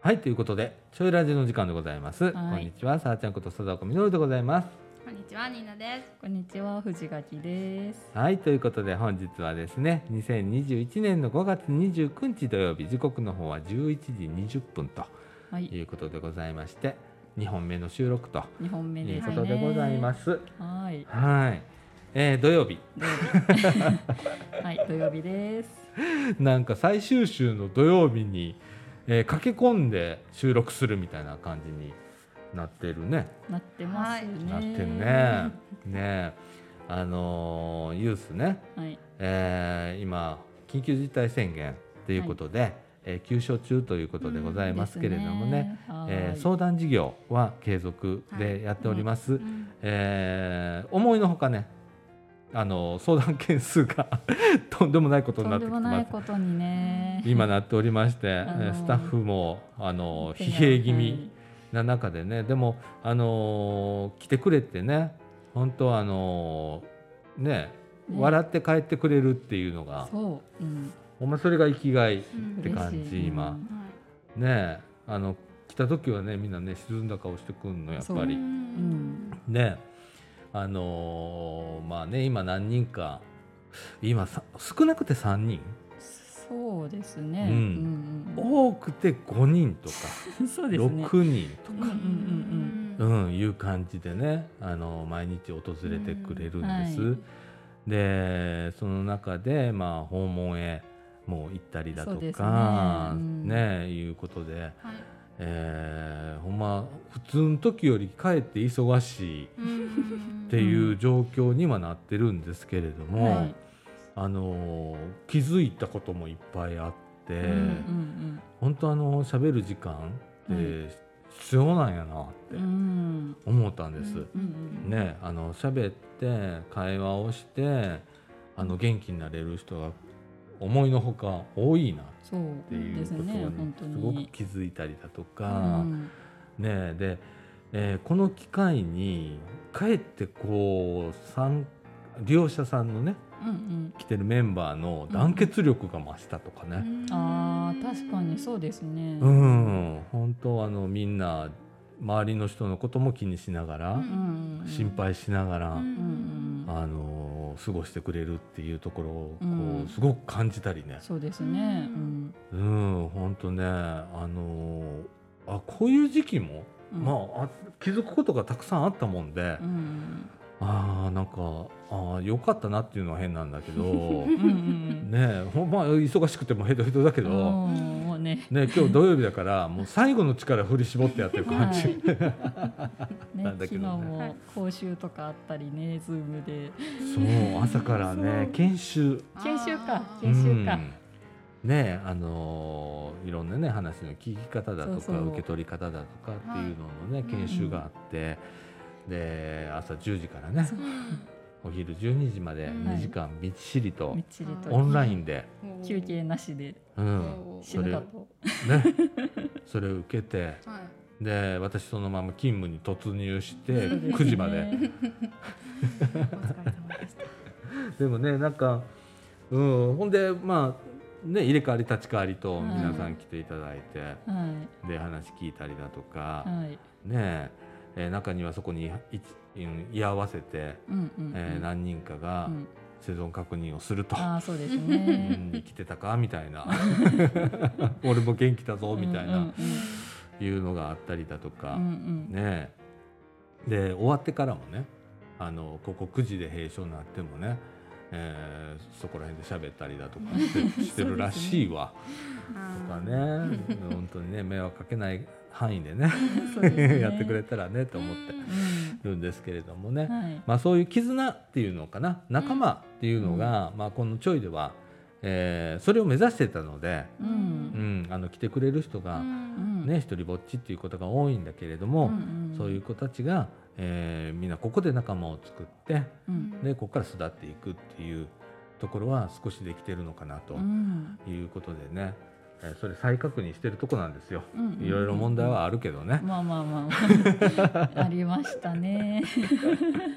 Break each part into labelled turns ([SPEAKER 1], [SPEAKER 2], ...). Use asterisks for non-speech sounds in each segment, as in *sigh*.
[SPEAKER 1] はいということでちょいラジの時間でございます、
[SPEAKER 2] はい
[SPEAKER 1] こんにちはさあちゃんこと貞子みのるでございます
[SPEAKER 3] こんにちは、ニーナです。
[SPEAKER 2] こんにちは藤垣です。
[SPEAKER 1] はいということで本日はですね2021年の5月29日土曜日時刻の方は11時20分と
[SPEAKER 2] はい
[SPEAKER 1] いうことでございまして2本目の収録と
[SPEAKER 2] 二本目
[SPEAKER 1] い
[SPEAKER 2] で
[SPEAKER 1] う
[SPEAKER 2] す
[SPEAKER 1] こ
[SPEAKER 2] ね。
[SPEAKER 1] とでございます、
[SPEAKER 2] はい
[SPEAKER 1] はい、えー土曜日
[SPEAKER 2] 土曜日はい土曜日です。
[SPEAKER 1] なんか最終週の土曜日に、えー駆け込んで収録するみたいな感じになってるね。
[SPEAKER 2] なってますね。
[SPEAKER 1] なってるね。ねあのーユースね、
[SPEAKER 2] はい
[SPEAKER 1] えー今緊急事態宣言ということで、えー休所中ということでございますけれどもね,、。えー
[SPEAKER 2] う
[SPEAKER 1] 相談事業は継続でやっております。
[SPEAKER 3] うん
[SPEAKER 1] えー思いのほかねあの相談件数が *laughs* とんでもないことに
[SPEAKER 2] と
[SPEAKER 1] なっ
[SPEAKER 2] ん
[SPEAKER 1] て
[SPEAKER 2] で
[SPEAKER 1] き
[SPEAKER 2] も
[SPEAKER 1] て
[SPEAKER 2] な
[SPEAKER 1] ま
[SPEAKER 2] い
[SPEAKER 1] す。
[SPEAKER 2] ことにね。
[SPEAKER 1] 今なっておりまして、え
[SPEAKER 2] あのー
[SPEAKER 1] ースタッフもあのー疲弊気味な中でね、でもあのー来てくれてね本当あのーね
[SPEAKER 2] ね
[SPEAKER 1] 笑って帰ってくれるっていうのが、
[SPEAKER 2] はい。そう。うん。
[SPEAKER 1] お前それが生きがい
[SPEAKER 3] うん
[SPEAKER 1] て感
[SPEAKER 2] 嬉し
[SPEAKER 1] じ
[SPEAKER 2] い
[SPEAKER 1] 今
[SPEAKER 2] うん
[SPEAKER 3] は
[SPEAKER 1] ねあの来た時はねみんなね沈んだ顔してくんのやっぱ
[SPEAKER 3] い
[SPEAKER 1] り
[SPEAKER 3] う。ん
[SPEAKER 1] ねあのーまあね今何人か今さ少なくて3人
[SPEAKER 2] そうですね。
[SPEAKER 1] うん
[SPEAKER 2] うんうん
[SPEAKER 1] 多くて5人とか、
[SPEAKER 2] *laughs* そうですね。
[SPEAKER 1] 6人と
[SPEAKER 3] うん
[SPEAKER 1] か、
[SPEAKER 3] う。
[SPEAKER 1] うんんいう感じでね、あのー毎日訪れてくれるんです。
[SPEAKER 2] うんは
[SPEAKER 1] でその中で、まあ、訪問へもう行ったりだと
[SPEAKER 2] そうですね
[SPEAKER 1] か
[SPEAKER 2] う
[SPEAKER 1] ね,、
[SPEAKER 2] ん
[SPEAKER 1] いうことで、
[SPEAKER 3] はい。
[SPEAKER 1] えーほんま普通の時よりかえって忙しい *laughs* っ
[SPEAKER 3] うん
[SPEAKER 1] ていう状況にはなってるんですけれども。
[SPEAKER 2] はい。
[SPEAKER 1] あのー気づいたこともいっぱいあって、
[SPEAKER 2] うんうん
[SPEAKER 1] 本当あのー喋る時間って必要なんやなっ
[SPEAKER 2] うん。う
[SPEAKER 1] て
[SPEAKER 2] ん
[SPEAKER 1] 思ったんです。
[SPEAKER 2] うんうん。
[SPEAKER 1] ねあの喋って会話をしてあの元気になれる人が思いのほか多いなっ
[SPEAKER 2] そう
[SPEAKER 1] ていう
[SPEAKER 2] で
[SPEAKER 1] こ
[SPEAKER 2] す
[SPEAKER 1] と
[SPEAKER 2] ね。
[SPEAKER 1] に
[SPEAKER 2] 本当
[SPEAKER 1] すごく
[SPEAKER 2] に。
[SPEAKER 1] 気づいたりだと
[SPEAKER 2] う
[SPEAKER 1] か、
[SPEAKER 2] ん
[SPEAKER 1] ねで、えーこの機会にかえってこう参利用者さんのね
[SPEAKER 2] うんうん。
[SPEAKER 1] 来てるメンバーの団結力が増したとかね、
[SPEAKER 2] ああ確かにそうですね。
[SPEAKER 1] う
[SPEAKER 2] うん
[SPEAKER 1] ん、本当あのみんな周りの人のことも気にしながら、
[SPEAKER 3] うん
[SPEAKER 2] うんうん
[SPEAKER 1] 心。配しながら、
[SPEAKER 3] うん
[SPEAKER 2] うんうんうん。
[SPEAKER 1] あの過ごしてくれるっていうところをこう、
[SPEAKER 2] うん
[SPEAKER 1] すごく感じたりね、
[SPEAKER 2] そうですね。
[SPEAKER 3] う
[SPEAKER 2] うん。
[SPEAKER 1] うん、本当ねあのあこういう時期も、
[SPEAKER 2] うん
[SPEAKER 1] まああ気づくことがたくさんあったもんで、
[SPEAKER 2] うん
[SPEAKER 1] ああなんかあーよかったなっていうのは変なんだけ
[SPEAKER 2] *laughs*
[SPEAKER 1] ど
[SPEAKER 2] うんうん。
[SPEAKER 1] ねほんま忙しくてもヘトヘトだけど。
[SPEAKER 2] もうね。
[SPEAKER 1] ね、今日土曜日だからもう最後の力振り絞ってやってる感じ、
[SPEAKER 2] はいね
[SPEAKER 1] なんだけ
[SPEAKER 2] 昨日
[SPEAKER 1] どね
[SPEAKER 2] も講習とかあったりね、ズームで。
[SPEAKER 1] そう朝からね
[SPEAKER 2] そう
[SPEAKER 1] 研修
[SPEAKER 2] 研修か
[SPEAKER 3] あー
[SPEAKER 2] 研修か
[SPEAKER 1] うんねあのーいろんなね話の聞き方だとか
[SPEAKER 2] そうそう
[SPEAKER 1] 受け取り方だとかっていうののね、
[SPEAKER 3] はい
[SPEAKER 1] 研修があって、で朝10時からね
[SPEAKER 2] そう
[SPEAKER 1] お昼12時まで
[SPEAKER 3] うん
[SPEAKER 1] 2時間びっしりと
[SPEAKER 2] みっちり
[SPEAKER 3] は
[SPEAKER 1] オ
[SPEAKER 3] い
[SPEAKER 2] と
[SPEAKER 1] ンラインで、
[SPEAKER 3] うん
[SPEAKER 2] 休憩なしで
[SPEAKER 1] うん、
[SPEAKER 2] 死
[SPEAKER 1] そ
[SPEAKER 2] ぬ
[SPEAKER 1] れ
[SPEAKER 2] か
[SPEAKER 1] ね *laughs*
[SPEAKER 2] と。
[SPEAKER 1] それを受けて
[SPEAKER 3] はい。
[SPEAKER 1] で私そのまま勤務に突入して
[SPEAKER 2] そうですね
[SPEAKER 1] 9時まで。
[SPEAKER 3] お疲れ様でした。
[SPEAKER 1] でもねなんか、うん、ほんでまあね入れ替わり立ち替わりと
[SPEAKER 2] はい
[SPEAKER 1] 皆さん来ていただいて、
[SPEAKER 2] は
[SPEAKER 1] で話聞いたりだとか、
[SPEAKER 2] いはい。
[SPEAKER 1] ねええー中にはそこにいいうん居合わせて、
[SPEAKER 2] うんうんうん。
[SPEAKER 1] えー何人かが
[SPEAKER 2] うん
[SPEAKER 1] 生存確認をすると。
[SPEAKER 2] ああそうで
[SPEAKER 1] *laughs*
[SPEAKER 2] す
[SPEAKER 1] う
[SPEAKER 2] ね。
[SPEAKER 1] ん生きてたかみた
[SPEAKER 2] *laughs*
[SPEAKER 1] いな *laughs* 俺も元気だぞみたい
[SPEAKER 2] うん
[SPEAKER 1] ないうのがあったりだと
[SPEAKER 2] うん
[SPEAKER 1] か
[SPEAKER 2] う、ん。
[SPEAKER 1] ねえで終わってからもねあのここ9時で閉所になってもね、えーそこら辺で喋ったりだとか
[SPEAKER 2] *laughs*
[SPEAKER 1] してしてるらしいわ、とか
[SPEAKER 3] *laughs*
[SPEAKER 1] ね本当にね迷惑かけない範囲でね
[SPEAKER 2] そうですね
[SPEAKER 1] *laughs* やってくれたらねと思って
[SPEAKER 2] うん
[SPEAKER 1] るんですけれどもね、
[SPEAKER 2] うん。はい。
[SPEAKER 1] まあ、そういう絆っていうのかな仲間っていうのが、まあ、このちょいでは、えーそれを目指してたので、
[SPEAKER 2] う。
[SPEAKER 1] うんん、あの来てくれる人が、
[SPEAKER 2] うん
[SPEAKER 1] ね、一人ぼっちっていうことが多いんだけれども、
[SPEAKER 2] んん
[SPEAKER 1] そういう子たちが、えーみんなここで仲間を作って
[SPEAKER 2] うん
[SPEAKER 1] でここから育っていくっていうところは少しできてるのかなと
[SPEAKER 2] うん
[SPEAKER 1] いうことでね、えーそれ再確認してるとこなんですよ。
[SPEAKER 2] うん
[SPEAKER 1] いろいろ問題はあるけどね、
[SPEAKER 2] まあまあま
[SPEAKER 1] *laughs*
[SPEAKER 2] あありましたね。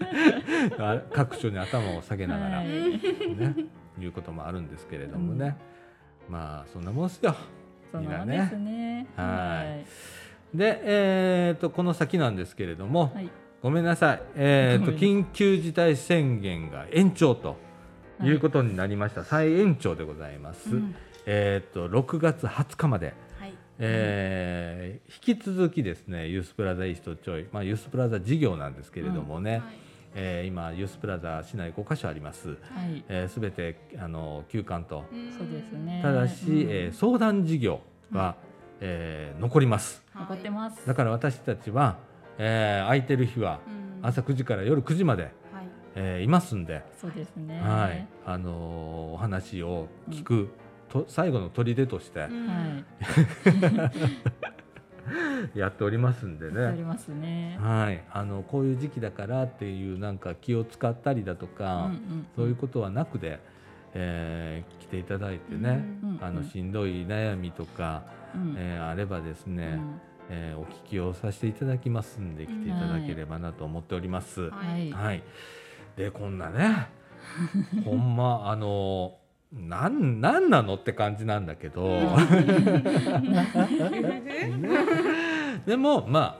[SPEAKER 1] *laughs* あ各所に頭を下げながら
[SPEAKER 2] はい
[SPEAKER 1] ね、 *laughs* い、うこともあるんですけれどもね、まあそんなもんですよ。
[SPEAKER 2] そう
[SPEAKER 1] ニラね
[SPEAKER 2] ですね。
[SPEAKER 1] はいで、えー、とこの先なんですけれども、
[SPEAKER 2] はい。
[SPEAKER 1] ごめんなさい、えー、と
[SPEAKER 2] ごめ
[SPEAKER 1] 緊急事態宣言が延長と
[SPEAKER 2] はい
[SPEAKER 1] いうことになりました、再延長でございます、
[SPEAKER 3] うん
[SPEAKER 1] えー、と6月20日まで、
[SPEAKER 3] はい。
[SPEAKER 1] えー引き続きですねユースプラザイーストチョイ、まあ、ユースプラザ事業なんですけれどもね、
[SPEAKER 3] はい
[SPEAKER 1] えー今ユースプラザ市内5カ所あります、
[SPEAKER 2] はい。
[SPEAKER 1] えー、全てあの休館と
[SPEAKER 3] ん
[SPEAKER 2] そうですね。
[SPEAKER 1] ただし、
[SPEAKER 2] うん
[SPEAKER 1] えー相談事業は、えー残ります
[SPEAKER 3] はい
[SPEAKER 2] 残ってます。
[SPEAKER 1] だから私たちは、えー空いてる日は
[SPEAKER 3] うん
[SPEAKER 1] 朝9時から夜9時まで、
[SPEAKER 3] はい。
[SPEAKER 1] えーいますんで、
[SPEAKER 2] そうですね。
[SPEAKER 1] はいあのーお話を聞く、と最後の砦として
[SPEAKER 3] うん
[SPEAKER 2] はい。
[SPEAKER 1] やっておりますんで
[SPEAKER 2] やっており
[SPEAKER 1] ね、
[SPEAKER 2] ますね。
[SPEAKER 1] はい、あのこういう時期だからっていうなんか気を使ったりだとか、
[SPEAKER 2] ん
[SPEAKER 1] そういうことはなくで、えー来ていただいてね、
[SPEAKER 2] うん
[SPEAKER 1] あのしんどい悩みとか、
[SPEAKER 2] うん
[SPEAKER 1] えーあればですね、
[SPEAKER 2] うん
[SPEAKER 1] えーお聞きをさせていただきますんで来ていただければなと思っております。
[SPEAKER 3] は
[SPEAKER 2] はい。
[SPEAKER 1] はい、でこんな
[SPEAKER 2] *laughs*
[SPEAKER 1] ねほんまあのなんなんなのって感じなんだけど、ねでもまあ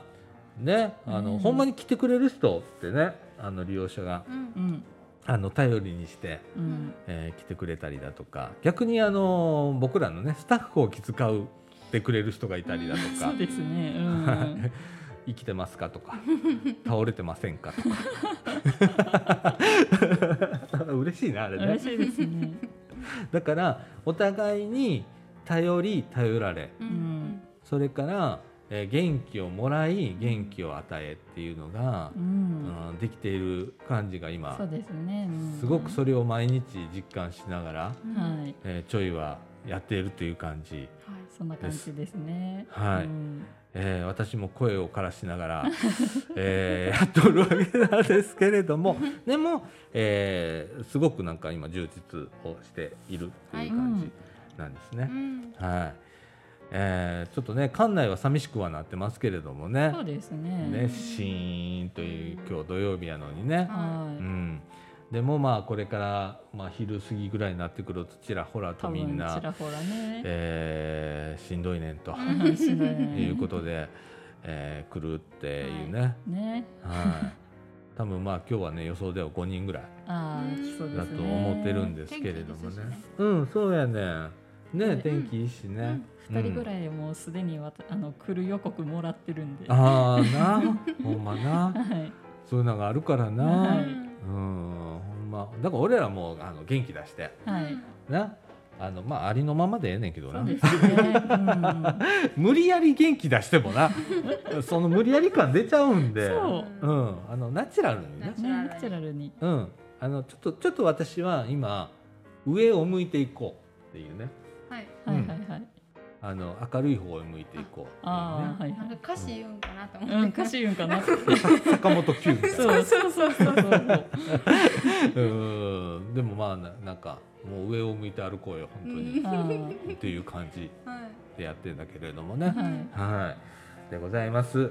[SPEAKER 1] ねあの、
[SPEAKER 2] うん
[SPEAKER 1] ほんまに来てくれる人ってねあの利用者が
[SPEAKER 3] うん
[SPEAKER 2] うん
[SPEAKER 1] あの頼りにして、
[SPEAKER 2] うん
[SPEAKER 1] えー来てくれたりだとか逆にあの僕らのねスタッフを気遣うってくれる人がいたりだとか。
[SPEAKER 2] そうですね。う
[SPEAKER 1] *laughs*
[SPEAKER 2] ん
[SPEAKER 1] はい生きてますかとか *laughs* 倒れてませんかとか *laughs* 嬉しいなあれね
[SPEAKER 2] 嬉しいですね。
[SPEAKER 1] だからお互いに頼り頼られ
[SPEAKER 3] うん
[SPEAKER 2] ん
[SPEAKER 1] それから、えー元気をもらい元気を与えっていうのが
[SPEAKER 2] う、ん。
[SPEAKER 1] うんできている感じが今
[SPEAKER 2] そうですね。うん
[SPEAKER 1] すごくそれを毎日実感しながら、
[SPEAKER 3] うん
[SPEAKER 2] は
[SPEAKER 3] はい
[SPEAKER 2] い。
[SPEAKER 1] えーちょいはやっているという感じ、
[SPEAKER 2] そんな感じですね。
[SPEAKER 1] はい
[SPEAKER 2] うん
[SPEAKER 1] えー私も声をからしながら、 *laughs* えーやっておるわけなんですけれどもでも、えーすごくなんか今充実をしているという感じなんですね
[SPEAKER 3] う。ん
[SPEAKER 1] はい。えーちょっとね館内は寂しくはなってますけれどもね
[SPEAKER 2] そうです
[SPEAKER 1] ね
[SPEAKER 2] ね。
[SPEAKER 1] シーンという今日土曜日やのにね、
[SPEAKER 2] は
[SPEAKER 1] う
[SPEAKER 2] い。
[SPEAKER 1] ん、でもまあこれから、まあ、昼過ぎぐらいになってくるとちらほらと
[SPEAKER 2] 多
[SPEAKER 1] みん
[SPEAKER 2] 分ち
[SPEAKER 1] な、
[SPEAKER 2] らほらね。
[SPEAKER 1] えーしんどいねんと
[SPEAKER 2] 面白
[SPEAKER 1] い *laughs*
[SPEAKER 2] いう
[SPEAKER 1] ことで、えー来るっていうね、
[SPEAKER 2] ね。
[SPEAKER 1] はい、多分まあ今日はね予想では5人ぐらい
[SPEAKER 2] ああ、そうですね。
[SPEAKER 1] だと思ってるん
[SPEAKER 2] で。
[SPEAKER 1] ですけれどもね。
[SPEAKER 3] 天気いいですしね
[SPEAKER 1] うんそうやねね
[SPEAKER 2] ね
[SPEAKER 1] 天気いいしね。
[SPEAKER 2] 二人ぐ
[SPEAKER 1] い
[SPEAKER 2] らいもうすでにわたあの来る予告もらってるんで。は。
[SPEAKER 1] ああなほんまないそういうのがあるからな、
[SPEAKER 2] は
[SPEAKER 1] う
[SPEAKER 2] い
[SPEAKER 1] んほんまだから俺らもあの元気出して
[SPEAKER 2] はい。
[SPEAKER 1] なあのまあありのままでええねんけど
[SPEAKER 2] そ
[SPEAKER 1] な
[SPEAKER 2] うですね。うん
[SPEAKER 1] 無理やり元気出しても
[SPEAKER 2] *laughs*
[SPEAKER 1] なその無理やり感出ちゃうんで
[SPEAKER 2] そ
[SPEAKER 1] ん、あのナチュラルにね
[SPEAKER 3] ナチュラル
[SPEAKER 2] ね、ナチュラルに。
[SPEAKER 1] うんあのちょっとちょっと私は今上を向いていこうっていうね
[SPEAKER 3] はい。
[SPEAKER 2] はいはいはい。
[SPEAKER 1] あの明るい方を向いていこうって
[SPEAKER 2] ああ、
[SPEAKER 1] い
[SPEAKER 2] はい
[SPEAKER 3] なん
[SPEAKER 2] は
[SPEAKER 3] か
[SPEAKER 2] い。
[SPEAKER 3] 歌詞言うんかなと思っ
[SPEAKER 2] *laughs*
[SPEAKER 3] て。
[SPEAKER 2] うん、歌詞言うんかな。そう
[SPEAKER 1] うねさ坂本九みたいな
[SPEAKER 2] そうそうそうそう。
[SPEAKER 1] うんでもまあななんかもう上を向いて歩こうよ本当に
[SPEAKER 3] うん
[SPEAKER 2] あ
[SPEAKER 1] っていう感じ
[SPEAKER 3] はい。
[SPEAKER 1] でやってるんだけれども
[SPEAKER 2] あ、
[SPEAKER 1] ね
[SPEAKER 2] はい。
[SPEAKER 1] はいでございます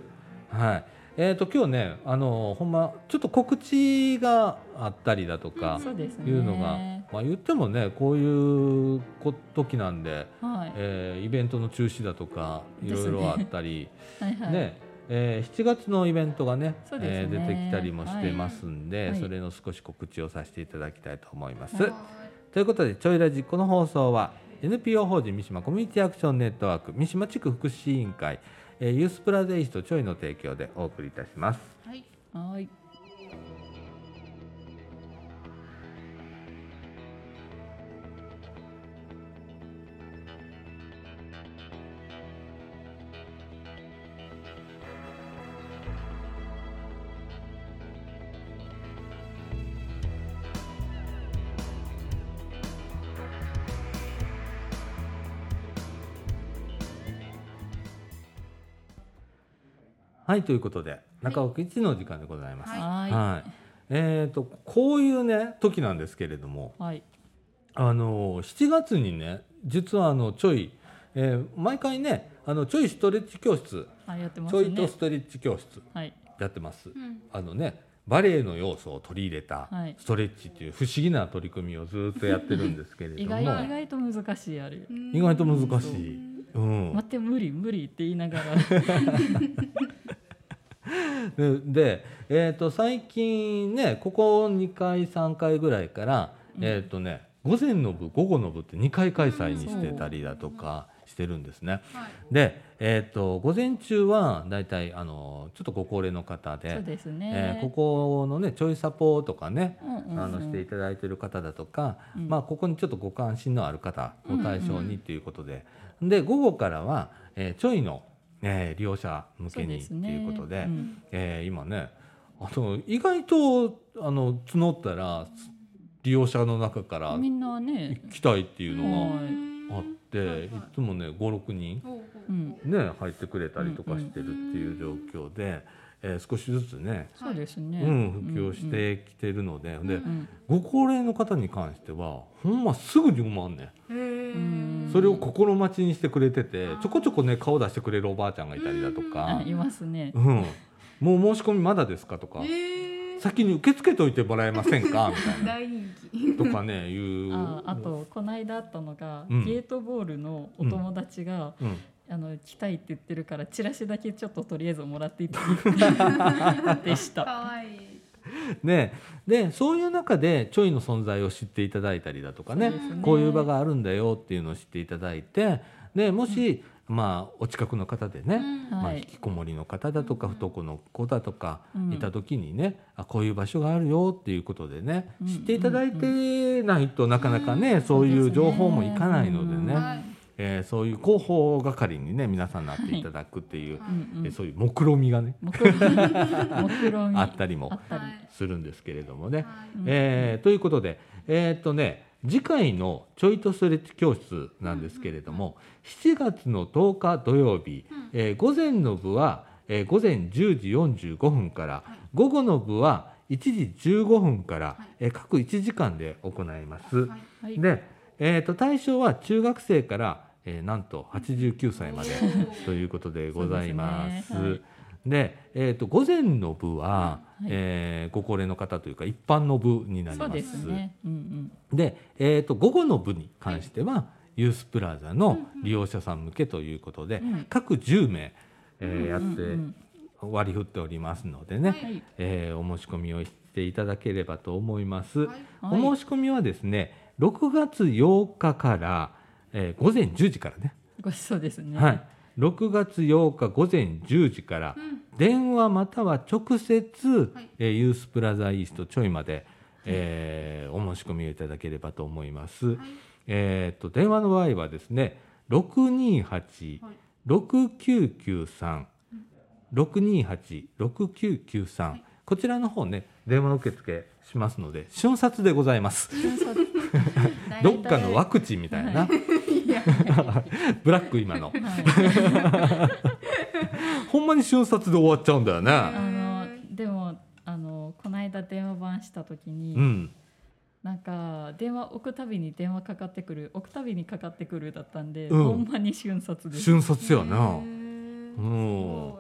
[SPEAKER 1] はいえー、と今日ねあのほんまちょっと告知があったりだとか
[SPEAKER 2] そうですね。
[SPEAKER 1] いうのが、まあ、言ってもねこういうこ時なんで
[SPEAKER 2] はい。
[SPEAKER 1] えーイベントの中止だとかい
[SPEAKER 2] です
[SPEAKER 1] ろ
[SPEAKER 2] ね
[SPEAKER 1] いろあったり、
[SPEAKER 2] *laughs* はい
[SPEAKER 1] ね
[SPEAKER 2] はい。
[SPEAKER 1] えー7月のイベントがね
[SPEAKER 2] そうですね
[SPEAKER 1] えー出てきたりもしてますんで、
[SPEAKER 2] はい
[SPEAKER 1] それの少し告知をさせていただきたいと思います。
[SPEAKER 2] はい
[SPEAKER 1] ということで「ちょいラジ」この放送は NPO 法人三島コミュニティアクションネットワーク三島地区福祉委員会、えーユースプラゼイストちょいの提供でお送りいたします。
[SPEAKER 3] はい。
[SPEAKER 2] はい。
[SPEAKER 1] はいということで中岡一の時間でございます。
[SPEAKER 2] は
[SPEAKER 1] えー、とこういうね時なんですけれども、
[SPEAKER 2] い。はい。
[SPEAKER 1] あの7月にね実はあのちょい、えー毎回ねあのちょいストレッチ教室、
[SPEAKER 2] あ、やってま
[SPEAKER 1] ちょ
[SPEAKER 2] す
[SPEAKER 1] いと
[SPEAKER 2] ね
[SPEAKER 1] ス。トレッチ教室
[SPEAKER 2] はい。
[SPEAKER 1] やってます、
[SPEAKER 3] うん。
[SPEAKER 1] あのねバレエの要素を取り入れた
[SPEAKER 2] はい
[SPEAKER 1] ストレッチっていう不思議な取り組みをずっとやってるんですけれど
[SPEAKER 2] 意
[SPEAKER 1] も
[SPEAKER 2] 外、意外と難しいあれ。
[SPEAKER 1] 意外と難し
[SPEAKER 2] う
[SPEAKER 1] い、うん
[SPEAKER 2] 待って無理無理って言いながら
[SPEAKER 1] でで、えー、と最近ねここ2回3回ぐらいから、
[SPEAKER 2] うん
[SPEAKER 1] えっ、とね午前の部午後の部って2回開催にしてたりだとかしてるんですね。
[SPEAKER 3] はい。
[SPEAKER 1] で、えー、と午前中はだいたいあのちょっとご高齢の方で
[SPEAKER 2] そうです
[SPEAKER 1] え
[SPEAKER 2] ね、
[SPEAKER 1] ーここのねちょいサポとかね、
[SPEAKER 2] うんうんうん
[SPEAKER 1] あのしていただいてる方だとか、
[SPEAKER 2] うん
[SPEAKER 1] まあ、ここにちょっとご関心のある方を対
[SPEAKER 2] う
[SPEAKER 1] 象
[SPEAKER 2] んうんう
[SPEAKER 1] に
[SPEAKER 2] ん
[SPEAKER 1] ということで、で午後からは、えーちょいの、えー利用者向
[SPEAKER 2] そう
[SPEAKER 1] けにっ
[SPEAKER 2] で
[SPEAKER 1] て
[SPEAKER 2] すね
[SPEAKER 1] いうことで
[SPEAKER 2] うん
[SPEAKER 1] えー今ねあの意外とあの募ったら利用者の中から
[SPEAKER 2] みんなね
[SPEAKER 1] 行、きたいっていうの
[SPEAKER 2] はい
[SPEAKER 1] があって、
[SPEAKER 3] はい
[SPEAKER 1] い
[SPEAKER 3] はい
[SPEAKER 1] つもね56人、
[SPEAKER 3] ほうほ
[SPEAKER 2] う
[SPEAKER 3] うんほ
[SPEAKER 1] ね、入ってくれたりとかしてるっていう状況で、えー少しずつね
[SPEAKER 2] そうですね、
[SPEAKER 1] うん、普及してきてるので,、で
[SPEAKER 3] うん
[SPEAKER 2] う
[SPEAKER 1] ご
[SPEAKER 2] ん
[SPEAKER 1] 高齢の方に関してはほんますぐに埋まんね
[SPEAKER 3] う。へ
[SPEAKER 2] うん
[SPEAKER 1] んそれを心待ちにしてくれてて
[SPEAKER 3] うん
[SPEAKER 1] ちょこちょこね顔出してくれるおばあちゃんがいたりだと
[SPEAKER 2] あ
[SPEAKER 1] か
[SPEAKER 2] いますね
[SPEAKER 1] 「う、ん、もう申し込みまだですか?」とか
[SPEAKER 3] え。へえ。
[SPEAKER 1] 先に受け付けといてもらえませんかみたいな
[SPEAKER 3] 大人気。
[SPEAKER 1] とかねいう
[SPEAKER 2] ああとこの間あったのが、
[SPEAKER 1] うん
[SPEAKER 2] ゲートボールのお友達が、
[SPEAKER 1] うん、
[SPEAKER 2] あの来たいって言ってるからチラシだけちょっととりあえずもらっていい
[SPEAKER 1] *laughs*
[SPEAKER 2] でし
[SPEAKER 3] か
[SPEAKER 2] た。
[SPEAKER 3] わいい。
[SPEAKER 1] ねでそういう中でちょいの存在を知っていただいたりだとかね
[SPEAKER 2] そうですね
[SPEAKER 1] こういう場があるんだよっていうのを知っていただいてでもし、まあお近くの方でね、
[SPEAKER 2] はい
[SPEAKER 1] まあ、引きこもりの方だとか
[SPEAKER 3] うん
[SPEAKER 1] 不登校の子だとか
[SPEAKER 2] うん
[SPEAKER 1] いた時にね、あこういう場所があるよっていうことでね、
[SPEAKER 2] うん
[SPEAKER 1] 知っていただいてないとなかなかね、
[SPEAKER 3] うん
[SPEAKER 1] そうい
[SPEAKER 2] そう
[SPEAKER 1] う
[SPEAKER 2] ですね
[SPEAKER 1] 情報もいかないのでね、
[SPEAKER 2] うん
[SPEAKER 3] はい。
[SPEAKER 1] えーそういう広報係にね皆さんなっていただくっていう、
[SPEAKER 3] は
[SPEAKER 2] うんう
[SPEAKER 1] え
[SPEAKER 2] ん。
[SPEAKER 1] そういう目論見がね
[SPEAKER 2] 目
[SPEAKER 1] *laughs*
[SPEAKER 2] 論見目論見
[SPEAKER 1] あったりも
[SPEAKER 2] あったり。
[SPEAKER 1] するんですけれどもね。
[SPEAKER 3] はい
[SPEAKER 2] うん
[SPEAKER 1] えーということでえーっとね次回の「ちょいとストレッチ教室」なんですけれども7月の10日土曜日、
[SPEAKER 3] うん
[SPEAKER 1] えー午前の部は、えー午前10時45分から
[SPEAKER 3] はい
[SPEAKER 1] 午後の部は1時15分から、
[SPEAKER 3] はい
[SPEAKER 1] えー各1時間で行います。
[SPEAKER 3] はい
[SPEAKER 2] はい。
[SPEAKER 1] で、えー、と対象は中学生から、えーなんと89歳まで
[SPEAKER 3] おー
[SPEAKER 1] ということでございます。で
[SPEAKER 2] そうですね
[SPEAKER 1] えー、と午前の部は、
[SPEAKER 2] はい
[SPEAKER 1] えーご高齢の方というか一般の部になり
[SPEAKER 2] そ
[SPEAKER 1] ま
[SPEAKER 2] う
[SPEAKER 1] す。
[SPEAKER 2] ですね。うん
[SPEAKER 1] でえー、と午後の部に関しては、ユースプラザの利用者さん向けということで、
[SPEAKER 2] うん
[SPEAKER 1] 各10名、え
[SPEAKER 2] う
[SPEAKER 1] ー
[SPEAKER 2] ん。
[SPEAKER 1] や
[SPEAKER 2] うんうん
[SPEAKER 1] って割り振っておりますのでね、
[SPEAKER 3] はい
[SPEAKER 2] はい。
[SPEAKER 1] えーお申し込みをしていただければと思います。
[SPEAKER 3] はい
[SPEAKER 1] お申し込みはですね6月8日から、えー午前10時からね、
[SPEAKER 2] ごちそうですね。
[SPEAKER 1] はい、6月8日午前10時から
[SPEAKER 3] うん
[SPEAKER 1] 電話または直接、
[SPEAKER 3] はい
[SPEAKER 1] えーユースプラザイーストちょいまで、えーお申し込みをいただければと思います。
[SPEAKER 3] はい
[SPEAKER 1] えーと電話の場合はですね628
[SPEAKER 3] はい
[SPEAKER 1] 6993 628-6993、こちらの方ね電話受付しますので瞬殺でございます
[SPEAKER 3] 大
[SPEAKER 1] ど
[SPEAKER 3] 人
[SPEAKER 1] っかのワクチンみたいな、 *laughs* ブラック今の
[SPEAKER 2] はい。
[SPEAKER 1] ほんまに瞬殺で終わっちゃうんだよ
[SPEAKER 2] あ
[SPEAKER 1] ね、
[SPEAKER 2] のでもあのこの間電話番した時に、
[SPEAKER 1] うん、
[SPEAKER 2] なんか電話置くたびに電話かかってくる置くたびにかかってくるだったんで、
[SPEAKER 1] うん
[SPEAKER 2] ほんまに瞬殺です。
[SPEAKER 1] 瞬殺やな、
[SPEAKER 3] へー
[SPEAKER 1] うん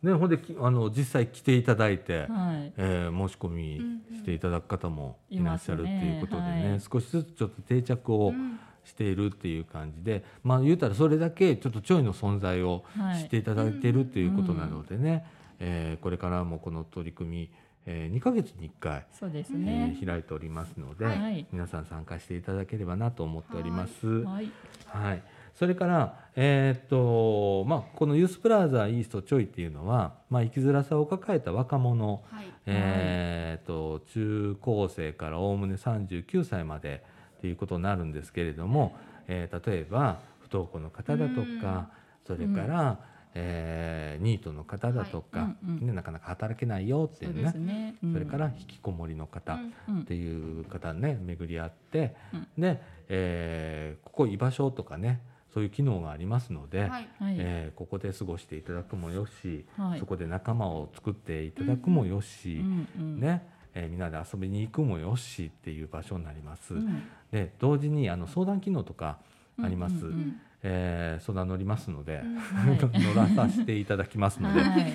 [SPEAKER 1] ね、ほんできあの実際来ていただいて、
[SPEAKER 2] はい。
[SPEAKER 1] えー申し込みしていただく方もいらっしゃるっていうことでね,、
[SPEAKER 2] いますねはい
[SPEAKER 1] 少しずつちょっと定着を、
[SPEAKER 3] すごいうん
[SPEAKER 1] しているっていう感じでまあ言うたらそれだけちょっとちょいの存在を
[SPEAKER 2] は
[SPEAKER 1] 知っ
[SPEAKER 2] い
[SPEAKER 1] て。いただいているっていうことなのでね、えーこれからもこの取り組み、え2ヶ月に1回、
[SPEAKER 2] そうです
[SPEAKER 1] えー
[SPEAKER 2] ね。
[SPEAKER 1] 開いておりますので、
[SPEAKER 2] はい
[SPEAKER 1] 皆さん参加していただければなと思っております。
[SPEAKER 2] はい。
[SPEAKER 1] はい、それから、えーっとまあ、このユースプラザイーストちょいっていうのは、まあ、生きづらさを抱えた若者、
[SPEAKER 3] はい
[SPEAKER 1] えーっと中高生からおおむね39歳までっていうことになるんですけれども、えー例えば不登校の方だとか、それから、えーニートの方だとか、
[SPEAKER 2] はいうんうん
[SPEAKER 1] ね、なかなか働けないよってい
[SPEAKER 2] そう
[SPEAKER 1] う
[SPEAKER 2] で
[SPEAKER 1] ね
[SPEAKER 2] すね。
[SPEAKER 1] そ
[SPEAKER 2] うん
[SPEAKER 1] れから引きこもりの方、
[SPEAKER 3] うん
[SPEAKER 2] うん
[SPEAKER 1] っていう方ね巡り合って、
[SPEAKER 2] うん
[SPEAKER 1] で、えーここ居場所とかねそういう機能がありますので、
[SPEAKER 3] はい
[SPEAKER 2] はい。
[SPEAKER 1] えーここで過ごしていただくもよし、
[SPEAKER 2] はい
[SPEAKER 1] そこで仲間を作っていただくもよし
[SPEAKER 2] う、んうん。
[SPEAKER 1] ねえーみんなで遊びに行くもよしっていう場所になります。
[SPEAKER 2] うん。
[SPEAKER 1] で同時にあの相談機能とかあります、
[SPEAKER 2] うんうんうん
[SPEAKER 1] えー相談乗りますので、
[SPEAKER 3] うん
[SPEAKER 1] *laughs*
[SPEAKER 2] はい
[SPEAKER 1] 乗らさせていただきますので、
[SPEAKER 2] *laughs* はい。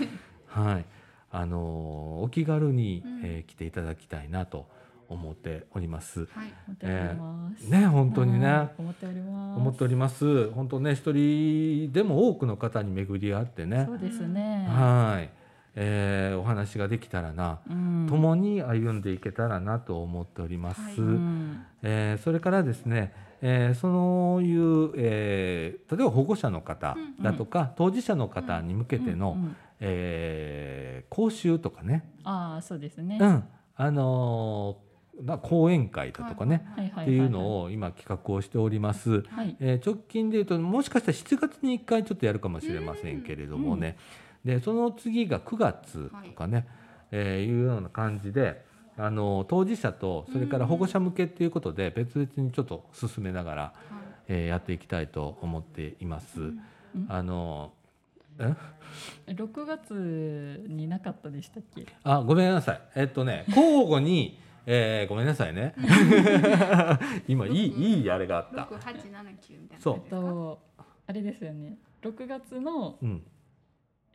[SPEAKER 1] はい、あのーお気軽に、
[SPEAKER 3] うん
[SPEAKER 1] えー来ていただきたいなと思っております。
[SPEAKER 3] はい。
[SPEAKER 2] 思っております。
[SPEAKER 1] ね本当にね
[SPEAKER 2] はい思っております。
[SPEAKER 1] 思っております。本当ね一人でも多くの方に巡り合ってね
[SPEAKER 2] そ、うですね。
[SPEAKER 1] はい、えーお話ができたらな、
[SPEAKER 2] うん
[SPEAKER 1] 共に歩んでいけたらなと思っております。
[SPEAKER 3] はいううん
[SPEAKER 1] えーそれからですね、えーそういう、えー例えば保護者の方だとか、当事者の方に向けての、
[SPEAKER 2] うんうん
[SPEAKER 1] えー講習とかね、
[SPEAKER 2] ああそうですね。
[SPEAKER 1] う
[SPEAKER 2] は
[SPEAKER 1] ん、あのーな講演会だとかね、
[SPEAKER 2] いはいは
[SPEAKER 1] っ
[SPEAKER 2] い
[SPEAKER 1] ていうのを今企画をしております。
[SPEAKER 2] はい
[SPEAKER 1] えー直近でいうともしかしたら7月に1回ちょっとやるかもしれませんけれどもね、でその次が9月とかね、いえーいうような感じであの当事者とそれから保護者向けっていうことで別々にちょっと進めながら、
[SPEAKER 3] は
[SPEAKER 1] えーやっていきたいと思っています。
[SPEAKER 3] い。
[SPEAKER 1] あのん
[SPEAKER 2] 六月になかったでしたっけ？
[SPEAKER 1] あごめんなさいえっとね交互に、えーごめんなさいね今いいいいあれがあった
[SPEAKER 3] 六。八七九みたいな。
[SPEAKER 1] そう
[SPEAKER 2] えっとあれですよね。六月の
[SPEAKER 1] うん、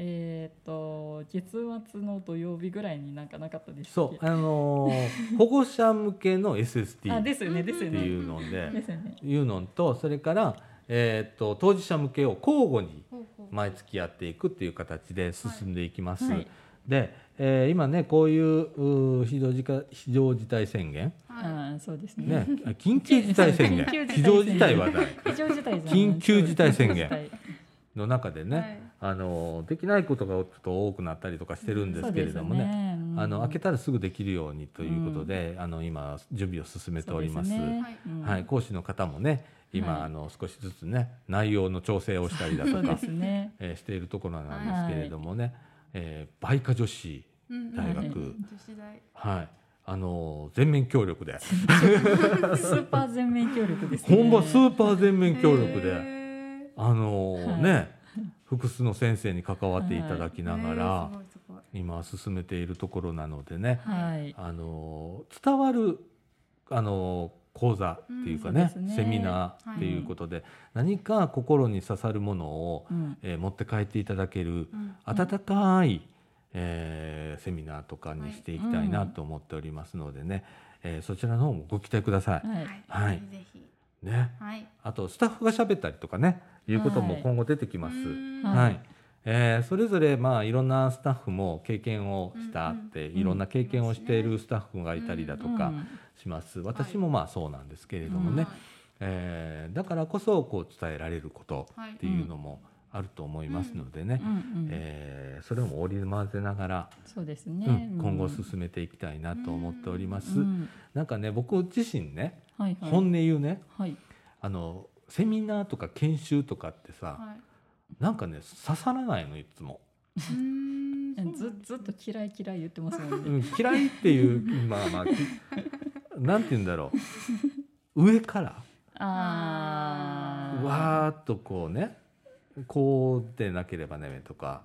[SPEAKER 2] えーっと月末の土曜日ぐらいになんかなかったでしたっ
[SPEAKER 1] そ
[SPEAKER 2] け？
[SPEAKER 1] うあのー保護者向けの SST
[SPEAKER 2] あ
[SPEAKER 1] っ
[SPEAKER 2] ですよねですよ
[SPEAKER 1] て
[SPEAKER 2] ね。
[SPEAKER 1] いうの
[SPEAKER 2] で
[SPEAKER 1] です
[SPEAKER 2] よね。
[SPEAKER 1] いうのとそれから、えー、と当事者向けを交互に
[SPEAKER 3] ほうほう。
[SPEAKER 1] 毎月やっていくっていう形で進んでいきます。
[SPEAKER 2] はい
[SPEAKER 1] で、えー今ねこういううー非常事態非常事態宣言、
[SPEAKER 3] はい。
[SPEAKER 2] ああそうですね
[SPEAKER 1] ね。、
[SPEAKER 2] *laughs*
[SPEAKER 1] あ緊急事態宣言
[SPEAKER 2] 緊急
[SPEAKER 1] 非
[SPEAKER 2] 事
[SPEAKER 1] 常
[SPEAKER 2] 態宣言
[SPEAKER 1] 事態はない
[SPEAKER 2] 非常事態じゃない
[SPEAKER 1] 緊急事態宣言
[SPEAKER 2] そうです緊急事態
[SPEAKER 1] の中でね、
[SPEAKER 3] はい
[SPEAKER 1] あのできないことがちょっと多くなったりとかしてるんですけれどもね,、
[SPEAKER 2] そうですねうん
[SPEAKER 1] あの開けたらすぐできるようにということで、あの今準備を進めております。
[SPEAKER 2] そうですね
[SPEAKER 3] はい
[SPEAKER 2] うん
[SPEAKER 1] はい、講師の方もね今、
[SPEAKER 2] はい
[SPEAKER 1] あの少しずつね内容の調整をしたりだと
[SPEAKER 2] そうで
[SPEAKER 1] か、
[SPEAKER 2] すね。
[SPEAKER 1] えーしているところなんですけれどもね、えー、梅花女子、
[SPEAKER 3] うん
[SPEAKER 1] 大
[SPEAKER 2] 学
[SPEAKER 3] 女子大。
[SPEAKER 1] はい、あのー全面協力で
[SPEAKER 2] スーパー全面協力ですね。
[SPEAKER 1] 本場スーパー全面協力で、
[SPEAKER 3] で。
[SPEAKER 1] あのー
[SPEAKER 2] はい
[SPEAKER 1] ね複数の先生に関わっていただきながら、
[SPEAKER 3] えーすごいすごい。
[SPEAKER 1] 今進めているところなのでね、
[SPEAKER 2] はい。
[SPEAKER 1] あのー伝わるあのー講座っていうかね,、
[SPEAKER 2] うんそうです
[SPEAKER 1] セ
[SPEAKER 2] ね
[SPEAKER 1] ミナーっていうことで、何か心に刺さるものを
[SPEAKER 2] うん
[SPEAKER 1] えー持って帰っていただける
[SPEAKER 3] うん
[SPEAKER 1] 温かい、えーセミナーとかにしていきたいなと思っておりますのでね、えーそちらの方もご期待ください。
[SPEAKER 2] はい。
[SPEAKER 1] は
[SPEAKER 3] はいい。ぜひ。
[SPEAKER 1] ね、
[SPEAKER 3] はい。
[SPEAKER 1] あとスタッフが喋ったりとかねいうことも
[SPEAKER 2] はい
[SPEAKER 1] 今後出てきます。
[SPEAKER 3] うん
[SPEAKER 1] はいえーそれぞれまあいろんなスタッフも経験をしたって、
[SPEAKER 2] ん
[SPEAKER 1] いろんな経験をしているスタッフがいたりだと
[SPEAKER 2] う
[SPEAKER 1] か
[SPEAKER 2] ん
[SPEAKER 1] します、私もまあそうなんですけれどもね、
[SPEAKER 2] うん
[SPEAKER 1] えーだからこそこう伝えられること
[SPEAKER 3] はい。
[SPEAKER 1] っていうのもあると思いますのでね、
[SPEAKER 2] うんうん
[SPEAKER 1] えーそれも織り交ぜながら、
[SPEAKER 2] そうですね。
[SPEAKER 1] うん今後進めていきたいなと思っております。
[SPEAKER 2] うん
[SPEAKER 1] なんかね僕自身ね、
[SPEAKER 2] はいはい。
[SPEAKER 1] 本音言うね
[SPEAKER 2] はい。
[SPEAKER 1] あのセミナーとか研修とかってさ、
[SPEAKER 3] はい。
[SPEAKER 1] なんかね刺さらないのいつも、
[SPEAKER 3] うーんそうなんです
[SPEAKER 2] ず
[SPEAKER 3] ね
[SPEAKER 2] ずっと嫌い嫌い言ってますもん
[SPEAKER 1] う
[SPEAKER 2] ね。
[SPEAKER 1] ん、嫌いっていう *laughs* まあまあきなんて言うんだろう上から
[SPEAKER 2] ああ。
[SPEAKER 1] わーっとこうねこうでなければねとか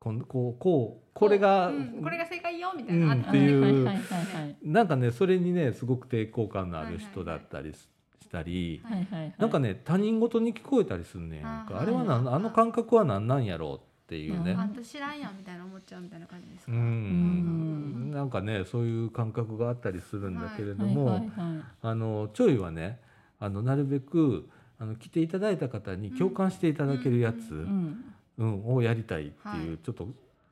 [SPEAKER 1] こんこうこうこれが、
[SPEAKER 3] うんこれが正解よみたいな、
[SPEAKER 1] うん
[SPEAKER 3] あ
[SPEAKER 1] っていう
[SPEAKER 2] はいはいはいはい。
[SPEAKER 1] なんかねそれにねすごく抵抗感のある人だったりししたり。
[SPEAKER 2] はいはいはい。
[SPEAKER 1] なんかね他人事に聞こえたりすんねんなん
[SPEAKER 3] あ
[SPEAKER 1] か
[SPEAKER 3] ー
[SPEAKER 1] あれはなん
[SPEAKER 3] はい
[SPEAKER 1] あの感覚は何なんやろうっていうね
[SPEAKER 3] あんた知らんやんみたいな思っちゃうみたいな感じです
[SPEAKER 1] う
[SPEAKER 3] か、
[SPEAKER 1] んなんかねそういう感覚があったりするんだけれども、
[SPEAKER 2] はいはいはい。
[SPEAKER 1] あのちょいはねあのなるべくあの来ていただいた方に共感していただけるやつ、
[SPEAKER 2] う
[SPEAKER 1] うん
[SPEAKER 2] ん。 *laughs*
[SPEAKER 1] をやりたいっていう、
[SPEAKER 3] はい
[SPEAKER 1] ちょっと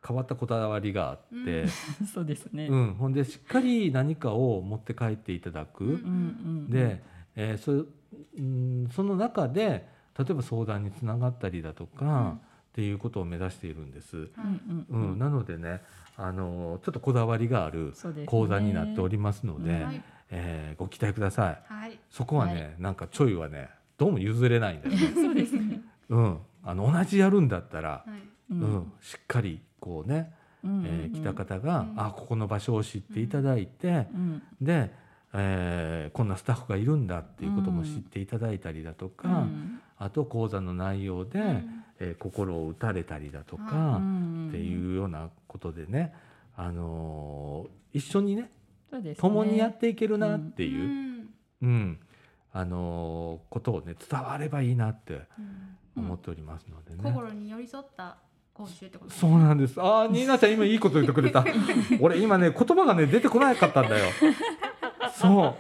[SPEAKER 1] 変わったこだわりがあって、
[SPEAKER 2] そうですね。
[SPEAKER 1] うんほんでしっかり何かを持って帰っていただく。
[SPEAKER 3] うん
[SPEAKER 2] うんうん。
[SPEAKER 1] で、えーそうんその中で例えば相談につながったりだとか、
[SPEAKER 3] うん
[SPEAKER 1] っていうことを目指しているんです。
[SPEAKER 2] う
[SPEAKER 3] はい
[SPEAKER 2] んう
[SPEAKER 1] うんん
[SPEAKER 2] うん。
[SPEAKER 1] なのでねあのちょっとこだわりがある
[SPEAKER 2] そうですね
[SPEAKER 1] 講座になっておりますので、
[SPEAKER 2] うん
[SPEAKER 3] はい
[SPEAKER 1] えーご期待ください。
[SPEAKER 3] はい
[SPEAKER 1] そこはね、
[SPEAKER 2] は
[SPEAKER 1] なんかちょいはねどうも譲れないん
[SPEAKER 2] *laughs*
[SPEAKER 1] だよね。
[SPEAKER 2] そうですね。
[SPEAKER 1] うん、あの同じやるんだったら、
[SPEAKER 3] はい
[SPEAKER 2] うん
[SPEAKER 1] うんしっかりこうね、
[SPEAKER 2] うん
[SPEAKER 1] えー来た。方が、
[SPEAKER 3] うん
[SPEAKER 1] あここの場所を知っていただいて、
[SPEAKER 2] うん。
[SPEAKER 1] で、えーこんなスタッフがいるんだっていうことも知っていただいたりだとか、
[SPEAKER 2] うん
[SPEAKER 1] あと講座の内容で、
[SPEAKER 3] うん
[SPEAKER 1] えー心を打たれたりだと
[SPEAKER 2] う
[SPEAKER 1] か、
[SPEAKER 2] ん
[SPEAKER 1] っていうようなことでね、あのー一緒にね
[SPEAKER 2] そうですね
[SPEAKER 1] 共にやっていけるなっていう、うん
[SPEAKER 3] ん
[SPEAKER 1] あのーことをね伝わればいいなって
[SPEAKER 3] うん
[SPEAKER 1] 思っておりますのでね。
[SPEAKER 3] 心に寄り添った講習ってことです
[SPEAKER 1] そうなんです。
[SPEAKER 2] *laughs*
[SPEAKER 1] ああ、ニーナちゃん今いいこと言ってくれた。俺今ね、言葉がね、出てこなかったんだよ。そ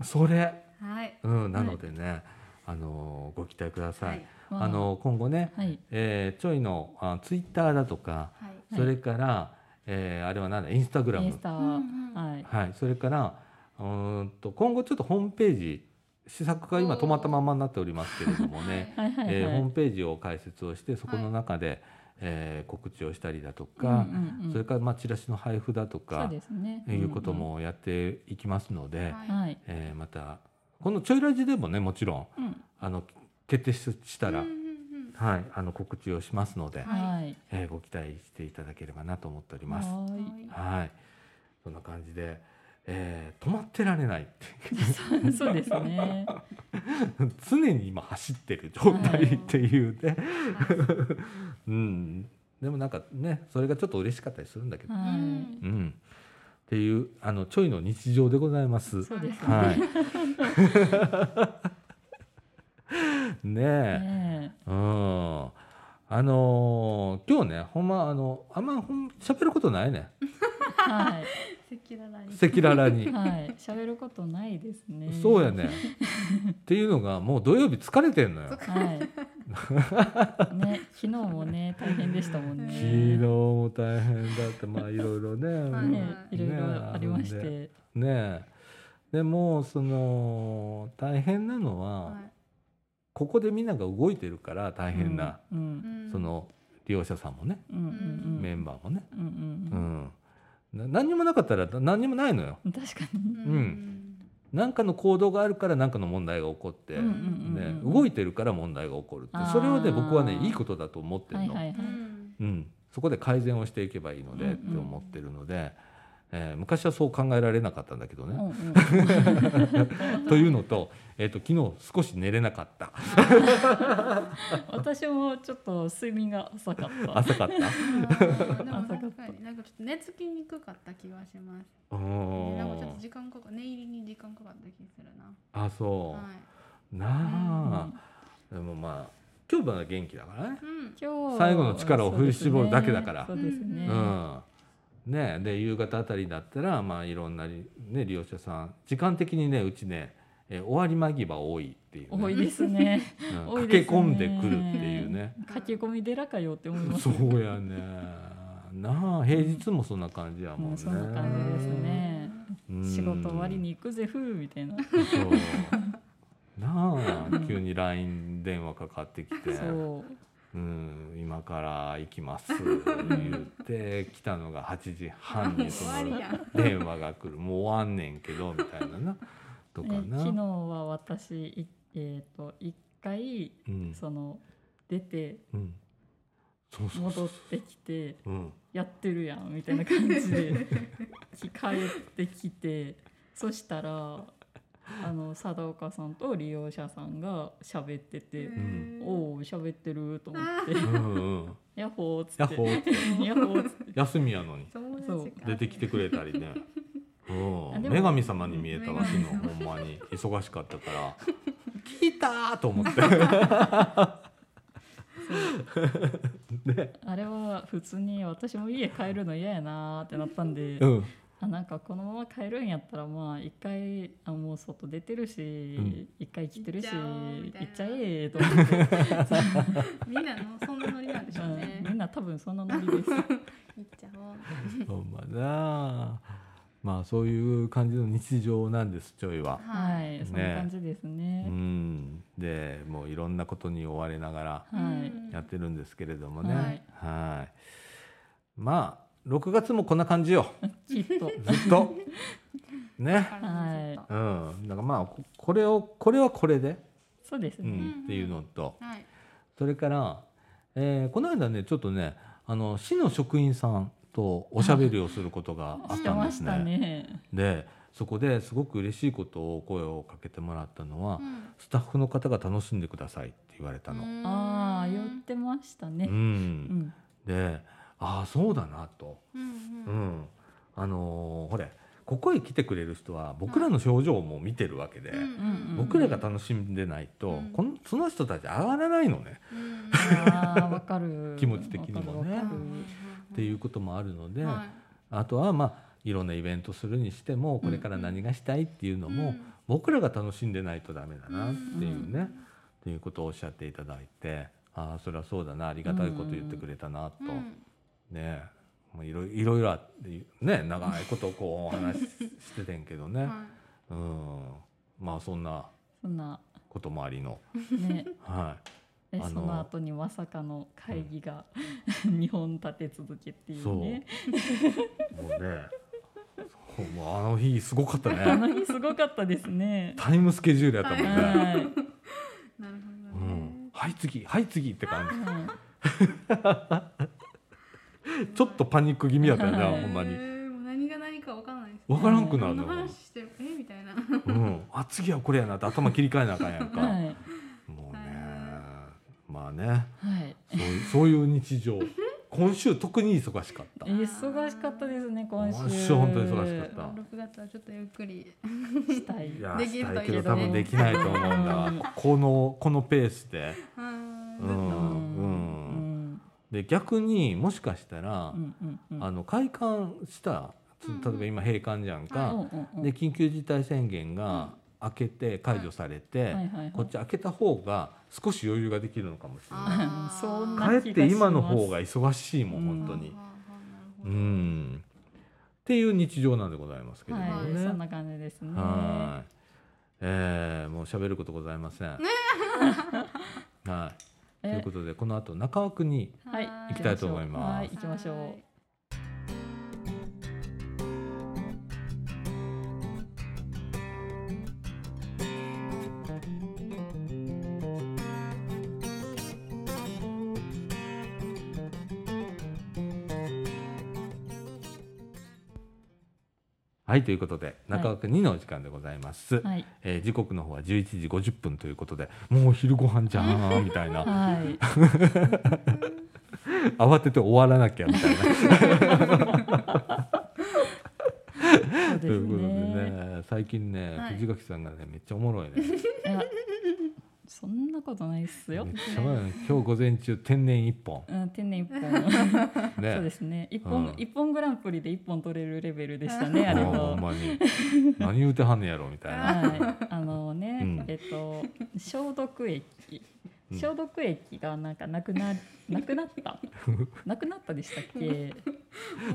[SPEAKER 1] うそれ、
[SPEAKER 3] はい。
[SPEAKER 1] うん、なのでね、あのご期待ください、
[SPEAKER 3] はい。
[SPEAKER 1] あの今後ね、
[SPEAKER 2] はい
[SPEAKER 1] えーちょいのあツイッターだとか
[SPEAKER 3] はい。
[SPEAKER 1] それから、えーあれは何だインスタグラ
[SPEAKER 2] イ
[SPEAKER 1] ム
[SPEAKER 2] ンスタは、
[SPEAKER 3] うんうん
[SPEAKER 2] はい
[SPEAKER 1] はい、それからうーんと今後ちょっとホームページ試作が今止まったままになっておりますけれどもね、
[SPEAKER 2] はいはいはい、
[SPEAKER 1] えーホームページを開設をしてそこの中で、えー告知をしたりだとか、
[SPEAKER 2] うんうんうん
[SPEAKER 1] それからまあチラシの配布だと
[SPEAKER 2] そう
[SPEAKER 1] か、
[SPEAKER 2] ですね
[SPEAKER 1] いうこと、もやっていきますので、
[SPEAKER 2] うん
[SPEAKER 3] は
[SPEAKER 2] うんはい
[SPEAKER 1] えーまたこのちょいラジでもねもちろん
[SPEAKER 2] うん
[SPEAKER 1] あの決定ししたら、
[SPEAKER 3] うんうん
[SPEAKER 1] はい、あの告知をしますので、
[SPEAKER 3] はい
[SPEAKER 2] はい
[SPEAKER 1] えーご期待していただければなと思っております。
[SPEAKER 2] は
[SPEAKER 3] う
[SPEAKER 2] ー
[SPEAKER 3] ん
[SPEAKER 2] い
[SPEAKER 1] はい、そんな感じで、えー止まってられないっていう
[SPEAKER 2] *laughs* そうですね。
[SPEAKER 1] 常に今走ってる状態っていうね、
[SPEAKER 3] は
[SPEAKER 1] *laughs* うん、でもなんかねそれがちょっと嬉しかったりするんだけど、
[SPEAKER 3] い。う
[SPEAKER 2] は
[SPEAKER 1] うんん、っていうあのちょいの日常でございます
[SPEAKER 2] い。。そうですね。
[SPEAKER 1] はい、ねえ。
[SPEAKER 2] ね
[SPEAKER 1] うんあのー今日ねほんまあのあんまほん喋ることないね
[SPEAKER 2] えはい
[SPEAKER 3] 赤裸々に。
[SPEAKER 1] 赤裸々に、
[SPEAKER 2] *laughs* はい喋ることないですね。
[SPEAKER 1] そうや。ねっていうのがもう土曜日疲れてんのよ
[SPEAKER 2] はい。ね昨日もね大変でしたもん
[SPEAKER 1] 昨
[SPEAKER 2] ね。
[SPEAKER 1] 日も大変だってまあいろいろね
[SPEAKER 3] はい
[SPEAKER 2] ね
[SPEAKER 1] もう
[SPEAKER 2] いろいろありまし
[SPEAKER 1] ね
[SPEAKER 2] て。
[SPEAKER 1] ねでもその大変なのは、
[SPEAKER 3] はい
[SPEAKER 1] ここでみんなが動いてるから大変な、
[SPEAKER 2] うん。
[SPEAKER 3] う
[SPEAKER 2] うん
[SPEAKER 3] ん
[SPEAKER 1] そ。の利用者さんもね、
[SPEAKER 2] うんうんうん。
[SPEAKER 1] メンバーもね、
[SPEAKER 2] うん
[SPEAKER 1] う
[SPEAKER 2] うん
[SPEAKER 1] んな何にもなかったらな何にもないのよ
[SPEAKER 2] うん。確かに。
[SPEAKER 1] ん何かの行動があるから何かの問題が起こって、
[SPEAKER 2] うんうんうん
[SPEAKER 1] ね
[SPEAKER 2] うん
[SPEAKER 1] 動いてるから問題が起こるって
[SPEAKER 2] あー
[SPEAKER 1] それをね僕はねいいことだと思ってる
[SPEAKER 2] はい
[SPEAKER 1] の、
[SPEAKER 2] はいはい。
[SPEAKER 3] うん
[SPEAKER 1] うん、そこで改善をしていけばいいので
[SPEAKER 2] うん
[SPEAKER 1] っ
[SPEAKER 2] うん
[SPEAKER 1] て思ってるので、えー昔はそう考えられなかったんだけど
[SPEAKER 2] うん
[SPEAKER 1] ね。
[SPEAKER 2] うん。
[SPEAKER 1] というのと,、えー、と昨日少し寝れなかった
[SPEAKER 2] 私もちょっと睡眠が浅かった。
[SPEAKER 1] 浅かった
[SPEAKER 3] あーでも
[SPEAKER 2] 朝
[SPEAKER 3] 確
[SPEAKER 2] 活
[SPEAKER 3] かになんかちょっと寝つきにくかった気がします。
[SPEAKER 1] う
[SPEAKER 3] なんかちょっ
[SPEAKER 1] ん
[SPEAKER 3] と時間かか寝入りに時間かかった気するな。
[SPEAKER 1] あそう、
[SPEAKER 3] はい。
[SPEAKER 1] なあ、でもまあ今日は元気だからね、
[SPEAKER 3] うん。
[SPEAKER 2] 今日
[SPEAKER 1] 最後の力を振り絞るだけだから
[SPEAKER 2] そうですね。
[SPEAKER 3] う
[SPEAKER 1] うんね、で夕方あたりだったら、まあ、いろんなり、ね、利用者さん時間的にねうちね、えー終わり間際多いっていう、ね、
[SPEAKER 2] 多いですね。
[SPEAKER 1] うん
[SPEAKER 2] 多い
[SPEAKER 1] 駆
[SPEAKER 2] ですね
[SPEAKER 1] け込んでくるっていうね
[SPEAKER 2] 駆け込み寺かよって思います。
[SPEAKER 1] そうやねなあ平日もそんな感じやもんね、
[SPEAKER 2] うんそんな感じですね。
[SPEAKER 1] うん
[SPEAKER 2] 仕事終わりに行くぜふうみたいな。
[SPEAKER 1] そうなあ急に LINE 電話かかってきて
[SPEAKER 2] そう
[SPEAKER 1] うん、今から行きます」言って来たのが8時半にそ
[SPEAKER 3] 終わ
[SPEAKER 1] の
[SPEAKER 3] りやん
[SPEAKER 1] 電話が来る「もう終わんねんけど」みたいななと
[SPEAKER 2] え
[SPEAKER 1] かな。
[SPEAKER 2] 昨日は私いえっ、と一回
[SPEAKER 1] うん
[SPEAKER 2] その出て
[SPEAKER 1] うん、そうそうそ
[SPEAKER 2] 戻
[SPEAKER 1] う
[SPEAKER 2] ってきて
[SPEAKER 1] うん、
[SPEAKER 2] やってるやんみたいな感じ
[SPEAKER 1] *laughs*
[SPEAKER 2] で聞かれてきてそしたらあの佐田岡さんと利用者さんが喋ってて
[SPEAKER 3] う
[SPEAKER 1] うん
[SPEAKER 2] 「
[SPEAKER 3] ん
[SPEAKER 2] おお喋ってる」と思って
[SPEAKER 1] うんうん、
[SPEAKER 2] 「ヤッホー」っつ
[SPEAKER 1] ヤ
[SPEAKER 2] っ
[SPEAKER 1] ッホ
[SPEAKER 2] て
[SPEAKER 1] ー
[SPEAKER 2] 「ヤッホー」っつって
[SPEAKER 1] 休みやのに
[SPEAKER 3] そうです
[SPEAKER 2] そう
[SPEAKER 3] か
[SPEAKER 1] 出てきてくれたりね。う
[SPEAKER 2] あ
[SPEAKER 1] ん、
[SPEAKER 2] でも
[SPEAKER 1] 女神様に見えたわ昨日ほんまに忙しかったから「聞いた!」と思って。ね
[SPEAKER 2] あれは普通に私も家帰るの嫌やなーってなった
[SPEAKER 1] *laughs*
[SPEAKER 2] んで。
[SPEAKER 1] *laughs* うん
[SPEAKER 2] あなんかこのまま帰るんやったらまあ一回あもう外出てるし
[SPEAKER 1] ん
[SPEAKER 2] 一、回来てるし
[SPEAKER 3] 行っちゃおう
[SPEAKER 2] 行
[SPEAKER 3] みたいな
[SPEAKER 2] っちゃえと思って、
[SPEAKER 3] みんなのそんなノリなんでしょうね
[SPEAKER 2] うん。みんな多分そんなノリです。
[SPEAKER 3] 行っちゃおう。
[SPEAKER 1] ほんまなあまあそういう感じの日常なんですちょいは。
[SPEAKER 2] は
[SPEAKER 3] はい。
[SPEAKER 2] い、そんな感じです
[SPEAKER 1] う
[SPEAKER 2] ね。
[SPEAKER 1] ん、でもういろんなことに追われながら
[SPEAKER 2] はい、
[SPEAKER 1] やってるんですけれどもね、
[SPEAKER 2] はい
[SPEAKER 1] はいまあ6月もこんな感じよ
[SPEAKER 2] きっと。
[SPEAKER 1] ずっとね、
[SPEAKER 3] はい。
[SPEAKER 1] うん、だからまあここれをこれはこれで、
[SPEAKER 2] そうです
[SPEAKER 1] う
[SPEAKER 2] ね。
[SPEAKER 1] ん、っていうのと
[SPEAKER 3] はい。
[SPEAKER 1] それから、えーこの間ねちょっとねあの市の職員さんとおしゃべりをすることがあっ
[SPEAKER 2] して
[SPEAKER 1] たん
[SPEAKER 2] ま
[SPEAKER 1] で
[SPEAKER 2] し
[SPEAKER 1] す
[SPEAKER 2] た
[SPEAKER 1] ね。
[SPEAKER 2] ね。
[SPEAKER 1] でそこですごく嬉しいことを声をかけてもらったのは、
[SPEAKER 3] うん
[SPEAKER 1] スタッフの方が楽しんでくださいって言われたの。
[SPEAKER 2] ああ言ってました
[SPEAKER 1] う、
[SPEAKER 2] ね。うんん。
[SPEAKER 1] でああそうだなと、
[SPEAKER 3] うん
[SPEAKER 1] う
[SPEAKER 3] うん。
[SPEAKER 1] ん、あのーほれここへ来てくれる人は僕らの表情も見てるわけで、
[SPEAKER 2] うん
[SPEAKER 1] 僕らが楽しんでないと、
[SPEAKER 3] うん
[SPEAKER 1] このその人たち上がらないのね、
[SPEAKER 3] うん
[SPEAKER 2] ああわか
[SPEAKER 1] *laughs*
[SPEAKER 2] る。
[SPEAKER 1] 気持ち的にもね
[SPEAKER 2] わかるわか
[SPEAKER 1] っていうこともあるので、
[SPEAKER 3] はい
[SPEAKER 1] あとはまあいろんなイベントするにしてもこれから何がしたいっていうのも僕らが楽しんでないとダメだなっていうねっていうことをおっしゃっていただいてああそれはそうだなありがたいこと言ってくれたなと
[SPEAKER 3] うんうん
[SPEAKER 1] ねもういろいろいろあってね長いことこうお話ししててんけどね、
[SPEAKER 3] は
[SPEAKER 1] うんまあそんな
[SPEAKER 2] そんな
[SPEAKER 1] こともありの、
[SPEAKER 2] ね
[SPEAKER 1] は
[SPEAKER 2] で
[SPEAKER 1] あの
[SPEAKER 2] その後にまさかの会議が *laughs* 二本立て続けっていうね
[SPEAKER 1] い、もうねそうもうあの日すごかった *laughs*
[SPEAKER 2] あ
[SPEAKER 1] ね。
[SPEAKER 2] の日すごかったですね
[SPEAKER 1] タイムスケジュールやったもんね、
[SPEAKER 2] はい
[SPEAKER 3] なる
[SPEAKER 1] う
[SPEAKER 3] ほど
[SPEAKER 1] ん
[SPEAKER 3] ね、
[SPEAKER 1] はい次はい次って感
[SPEAKER 2] い、は
[SPEAKER 1] じちょっとパニック気味やったよね
[SPEAKER 2] はい
[SPEAKER 1] ほんまに
[SPEAKER 3] えーもう何が何かわからないです
[SPEAKER 1] 分からんくなる
[SPEAKER 3] 何の
[SPEAKER 1] の、
[SPEAKER 3] 話してるえみたいな
[SPEAKER 1] うん、あ次はこれやなって頭切り替えなあかんやん
[SPEAKER 2] い、
[SPEAKER 1] か、
[SPEAKER 2] はい、
[SPEAKER 1] もうね
[SPEAKER 3] は
[SPEAKER 1] まあね
[SPEAKER 2] はい。
[SPEAKER 1] そういうそういう日常今週特に忙しかった
[SPEAKER 2] 忙しかったですね、今週。
[SPEAKER 1] 今週本当に忙し
[SPEAKER 3] *laughs*
[SPEAKER 1] かっ
[SPEAKER 3] 6月はちょっとゆっくり
[SPEAKER 2] た。したい。
[SPEAKER 1] いや
[SPEAKER 3] でき
[SPEAKER 1] し
[SPEAKER 3] る
[SPEAKER 1] たいけ
[SPEAKER 3] と
[SPEAKER 1] ど多
[SPEAKER 3] いいけどね
[SPEAKER 1] 分できないと思うんだわこのこのペースで
[SPEAKER 3] う
[SPEAKER 1] うんん
[SPEAKER 2] うん、
[SPEAKER 1] で逆にもしかしたら
[SPEAKER 2] う、ん、うん、うん。
[SPEAKER 1] あの開館したつ
[SPEAKER 3] うん
[SPEAKER 1] 例えば今閉館じゃん
[SPEAKER 2] う
[SPEAKER 1] か、
[SPEAKER 2] んうんうん
[SPEAKER 1] で緊急事態宣言が明けて解除されて、
[SPEAKER 2] はいはいはい
[SPEAKER 1] こっち開けた方が少し余裕ができるのかもしれない。
[SPEAKER 3] あー
[SPEAKER 2] そんな
[SPEAKER 1] かえって今の方が忙しいもん
[SPEAKER 2] う
[SPEAKER 1] 本
[SPEAKER 2] ん
[SPEAKER 1] 当に。う
[SPEAKER 3] あーなるほど
[SPEAKER 1] んっていう日常なんでございますけれども
[SPEAKER 2] はい、
[SPEAKER 1] ね。
[SPEAKER 2] そんな感じですね。
[SPEAKER 1] はい。えー、もう喋ることございません。
[SPEAKER 2] *laughs*
[SPEAKER 1] はい。という
[SPEAKER 2] え
[SPEAKER 1] ことでこの後中尾くんに
[SPEAKER 2] はい、
[SPEAKER 1] 行きたいと思います
[SPEAKER 2] はい、行きましょう。
[SPEAKER 1] はいということで中尾くん2のお時間でございます。
[SPEAKER 2] はい、
[SPEAKER 1] えー時刻の方は11時50分ということでもうお昼ご飯じゃんみたいな
[SPEAKER 2] はい、
[SPEAKER 1] 慌てて終わらなきゃみたいな。
[SPEAKER 2] そう
[SPEAKER 1] と
[SPEAKER 2] で
[SPEAKER 1] い
[SPEAKER 2] す
[SPEAKER 1] うことで
[SPEAKER 2] ね。
[SPEAKER 1] ね最近ね、
[SPEAKER 3] はい
[SPEAKER 1] 藤垣さんがねめっちゃおもろいねめっ
[SPEAKER 2] いやそんなことないっす
[SPEAKER 1] ちゃ
[SPEAKER 2] よ
[SPEAKER 1] おも。ろいね今日午前中天然一本
[SPEAKER 2] うん、天然一本。
[SPEAKER 1] ね
[SPEAKER 2] *laughs* そうですね。一本、
[SPEAKER 1] うん
[SPEAKER 2] 一本グランプリで一本取れるレベルでしたね、
[SPEAKER 1] あ
[SPEAKER 2] あれ
[SPEAKER 1] ーほ
[SPEAKER 2] と
[SPEAKER 1] ん。まに何言うてはんねやろみたいな
[SPEAKER 2] はい、 *laughs* あのね、
[SPEAKER 1] うん
[SPEAKER 2] えっと消毒液
[SPEAKER 1] うん
[SPEAKER 2] 消毒液がなんかなくななくなった
[SPEAKER 1] *laughs*
[SPEAKER 2] なくなったでしたっけ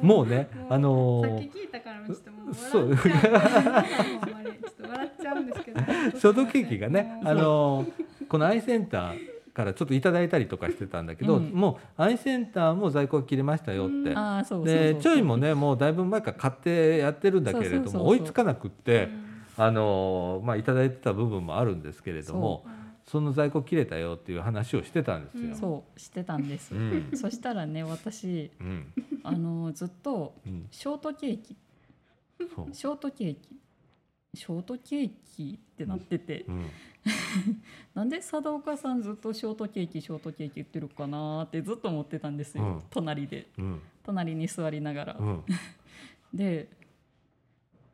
[SPEAKER 1] もうねあの
[SPEAKER 3] さっ
[SPEAKER 1] ー
[SPEAKER 3] き聞いたからちょっともう
[SPEAKER 1] そう
[SPEAKER 3] 笑っちゃうほんまにちょっと笑っちゃうんですけど
[SPEAKER 1] 消毒液がね
[SPEAKER 3] もう
[SPEAKER 1] あのーこのアイセンターからちょっといただいたりとかしてたんだけど、
[SPEAKER 2] うん
[SPEAKER 1] もうアイセンターも在庫切れましたよって。
[SPEAKER 2] ああそうそうそう
[SPEAKER 1] でちょいもねもうだいぶ前から買ってやってるんだけれども
[SPEAKER 2] そうそうそうそう
[SPEAKER 1] 追いつかなくって、あのーまあいただいてた部分もあるんですけれども
[SPEAKER 3] うんうん
[SPEAKER 1] その在庫切れたよっていう話をしてたんですよ。
[SPEAKER 2] そうしてたんです、
[SPEAKER 1] うん
[SPEAKER 2] そしたらね私
[SPEAKER 1] うん
[SPEAKER 2] あのずっと
[SPEAKER 1] うん
[SPEAKER 2] ショートケーキ
[SPEAKER 1] そう
[SPEAKER 2] ショートケーキショートケーキってなってて、
[SPEAKER 1] うん
[SPEAKER 2] なんで佐渡岡さんずっとショートケーキショートケーキ言ってるかなーってずっと思ってたんですよ、
[SPEAKER 1] うん
[SPEAKER 2] 隣で
[SPEAKER 1] うん
[SPEAKER 2] 隣に座りながら、
[SPEAKER 1] うん
[SPEAKER 2] で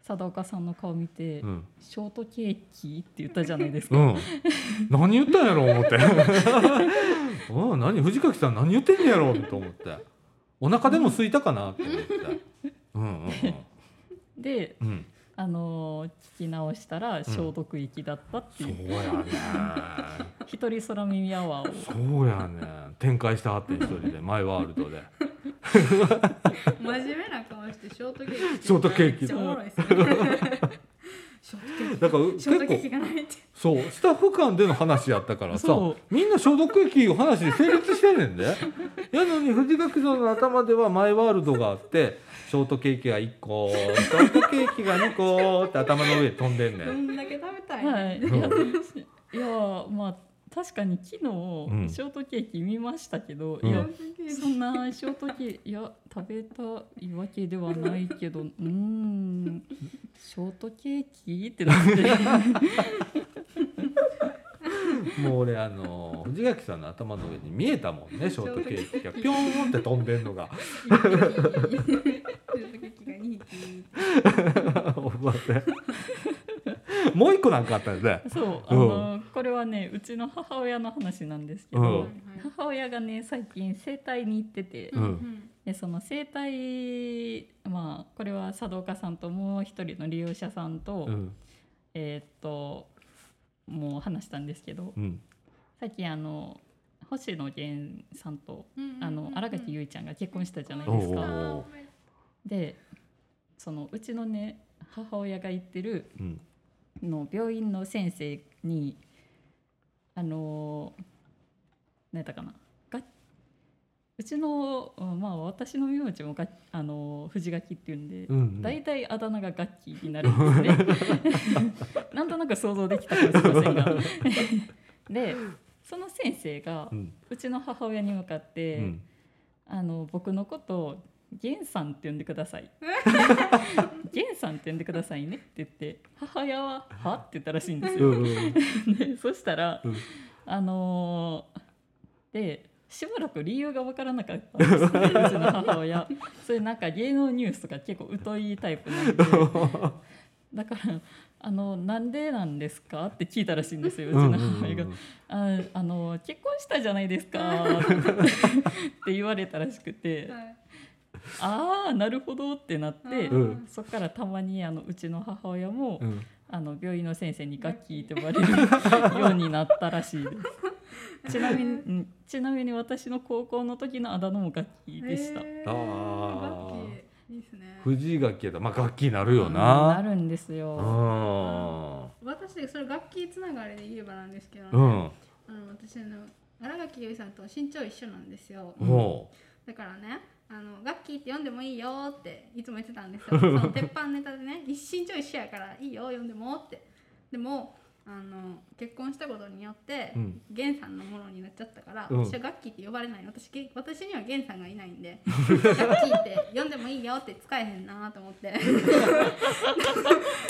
[SPEAKER 2] 佐岡さんの顔見て、
[SPEAKER 1] うん
[SPEAKER 2] ショートケーキ」って言ったじゃないです
[SPEAKER 1] う
[SPEAKER 2] か、
[SPEAKER 1] ん、何言ったんやろ思って *laughs* 「うん何藤垣さん何言ってんねやろ」と思ってお腹でも空いたかなと思ってうん
[SPEAKER 2] で
[SPEAKER 1] うんうん
[SPEAKER 2] あのー聞き直したら消毒液だったって
[SPEAKER 1] そう
[SPEAKER 2] いう、
[SPEAKER 1] やね
[SPEAKER 2] 一人空耳アワーを
[SPEAKER 1] そうやね展開してはって一人でマイワールドで
[SPEAKER 3] 真面目な顔してショートケーキって
[SPEAKER 1] ショートケーキ
[SPEAKER 3] めっちゃおもろいですねショートケー
[SPEAKER 1] だから
[SPEAKER 3] キショート
[SPEAKER 1] 結
[SPEAKER 3] ケーキ
[SPEAKER 1] 構
[SPEAKER 3] がないって
[SPEAKER 1] そうスタッフ間での話やったからさ
[SPEAKER 2] そう
[SPEAKER 1] みんな消毒液を話で成立してんねんでやのに藤垣さんの頭ではマイワールドがあってショートケーキが1個ショートケーキが2個って頭の上で飛んでんねん
[SPEAKER 3] ど。んだけ食べたいの
[SPEAKER 2] はいいやいやーまあ確かに昨日シ
[SPEAKER 1] ん
[SPEAKER 2] ョートケーキ見ましたけど、
[SPEAKER 1] うん
[SPEAKER 2] い
[SPEAKER 3] ショ
[SPEAKER 2] や
[SPEAKER 3] ートケーキ
[SPEAKER 2] そんなショートケーキいや食べたいわけではないけどうーんショートケーキってな
[SPEAKER 1] *laughs*
[SPEAKER 2] って
[SPEAKER 1] もう俺あの藤垣さんの頭の上に見えたもんねショートケーキがピョーンって飛んでんのが
[SPEAKER 3] ショートケーキが2匹
[SPEAKER 1] おばてもう一個なんかあったよね。
[SPEAKER 2] そうあの、これはねうちの母親の話なんですけど、
[SPEAKER 1] うん
[SPEAKER 2] 母親がね最近整体に行ってて、
[SPEAKER 1] うん
[SPEAKER 2] でその整体まあこれは佐藤家さんともう一人の利用者さんと、
[SPEAKER 1] うん
[SPEAKER 2] えーっともう話したんですけど
[SPEAKER 1] うん
[SPEAKER 2] 最近あの星野源さんとあの新垣結衣
[SPEAKER 3] 結
[SPEAKER 2] ちゃんが結婚したじゃない
[SPEAKER 1] おう
[SPEAKER 2] で
[SPEAKER 1] お
[SPEAKER 2] す
[SPEAKER 1] う
[SPEAKER 2] か。
[SPEAKER 1] おう
[SPEAKER 2] でそのうちのね母親が行ってる
[SPEAKER 1] うん
[SPEAKER 2] の病院の先生にあのー何やったかながうちのうんまあ私の名字もがあのー藤垣っていうんで
[SPEAKER 1] う。ん
[SPEAKER 2] 大体あだ名がガッキーになるんですね
[SPEAKER 1] *laughs*
[SPEAKER 2] なんとなく想像できたかもしれませんがでその先生が
[SPEAKER 1] うん
[SPEAKER 2] うちの母親に向かっ
[SPEAKER 1] う
[SPEAKER 2] て、
[SPEAKER 1] ん
[SPEAKER 2] あの僕のことを源さんって呼んでください。 *laughs* 源さんって呼んでくださいねって言って母親は「は?」って言ったらしいんです
[SPEAKER 1] う
[SPEAKER 2] よ。
[SPEAKER 1] んうん
[SPEAKER 2] でそしたら、
[SPEAKER 1] うん
[SPEAKER 2] あのーでしばらく理由がわからなかったんですねうちの母親。それなんか芸能ニュースとか結構疎いタイプ *laughs* なんでだからあの「なんでなんですか?」って聞いたらしいんですようちの母親が。ああの「結婚したじゃないですか」って言われたらしくて。ああなるほどってなって、
[SPEAKER 1] うん
[SPEAKER 2] そっからたまにあのうちの母親も、
[SPEAKER 1] うんうん
[SPEAKER 2] あの病院の先生にガッキーって呼ばれるようになったらしい
[SPEAKER 1] *laughs*
[SPEAKER 2] ですちなみにうんちなみに私の高校の時のあだ名もガッキーでした、
[SPEAKER 1] あ
[SPEAKER 3] あ
[SPEAKER 1] ー
[SPEAKER 3] いいですね
[SPEAKER 1] 藤井楽器やったらまあ楽器になる
[SPEAKER 2] う
[SPEAKER 1] よ
[SPEAKER 2] んな
[SPEAKER 1] な。
[SPEAKER 2] るんですよ
[SPEAKER 1] あ
[SPEAKER 3] 私それ楽器つながりで言えばなんですけど、
[SPEAKER 1] ーうん
[SPEAKER 3] あの私あの新垣結衣さんと身長一緒なんですよ、
[SPEAKER 1] も
[SPEAKER 3] だからねあのガッキーって呼んでもいいよっていつも言ってたんです
[SPEAKER 1] *laughs*
[SPEAKER 3] よその鉄板ネタでね一身長一緒やからいいよ呼んでもってでもあの結婚したことによって、
[SPEAKER 1] ううん
[SPEAKER 3] ゲンさんのものになっちゃったから、
[SPEAKER 1] うん
[SPEAKER 3] 私はガッキーって呼ばれない私ゲ私にはゲンさんがいない
[SPEAKER 1] *laughs*
[SPEAKER 3] んでガッキーって呼んでもいいよって使えへんなと思っ
[SPEAKER 1] *laughs*
[SPEAKER 3] て *laughs*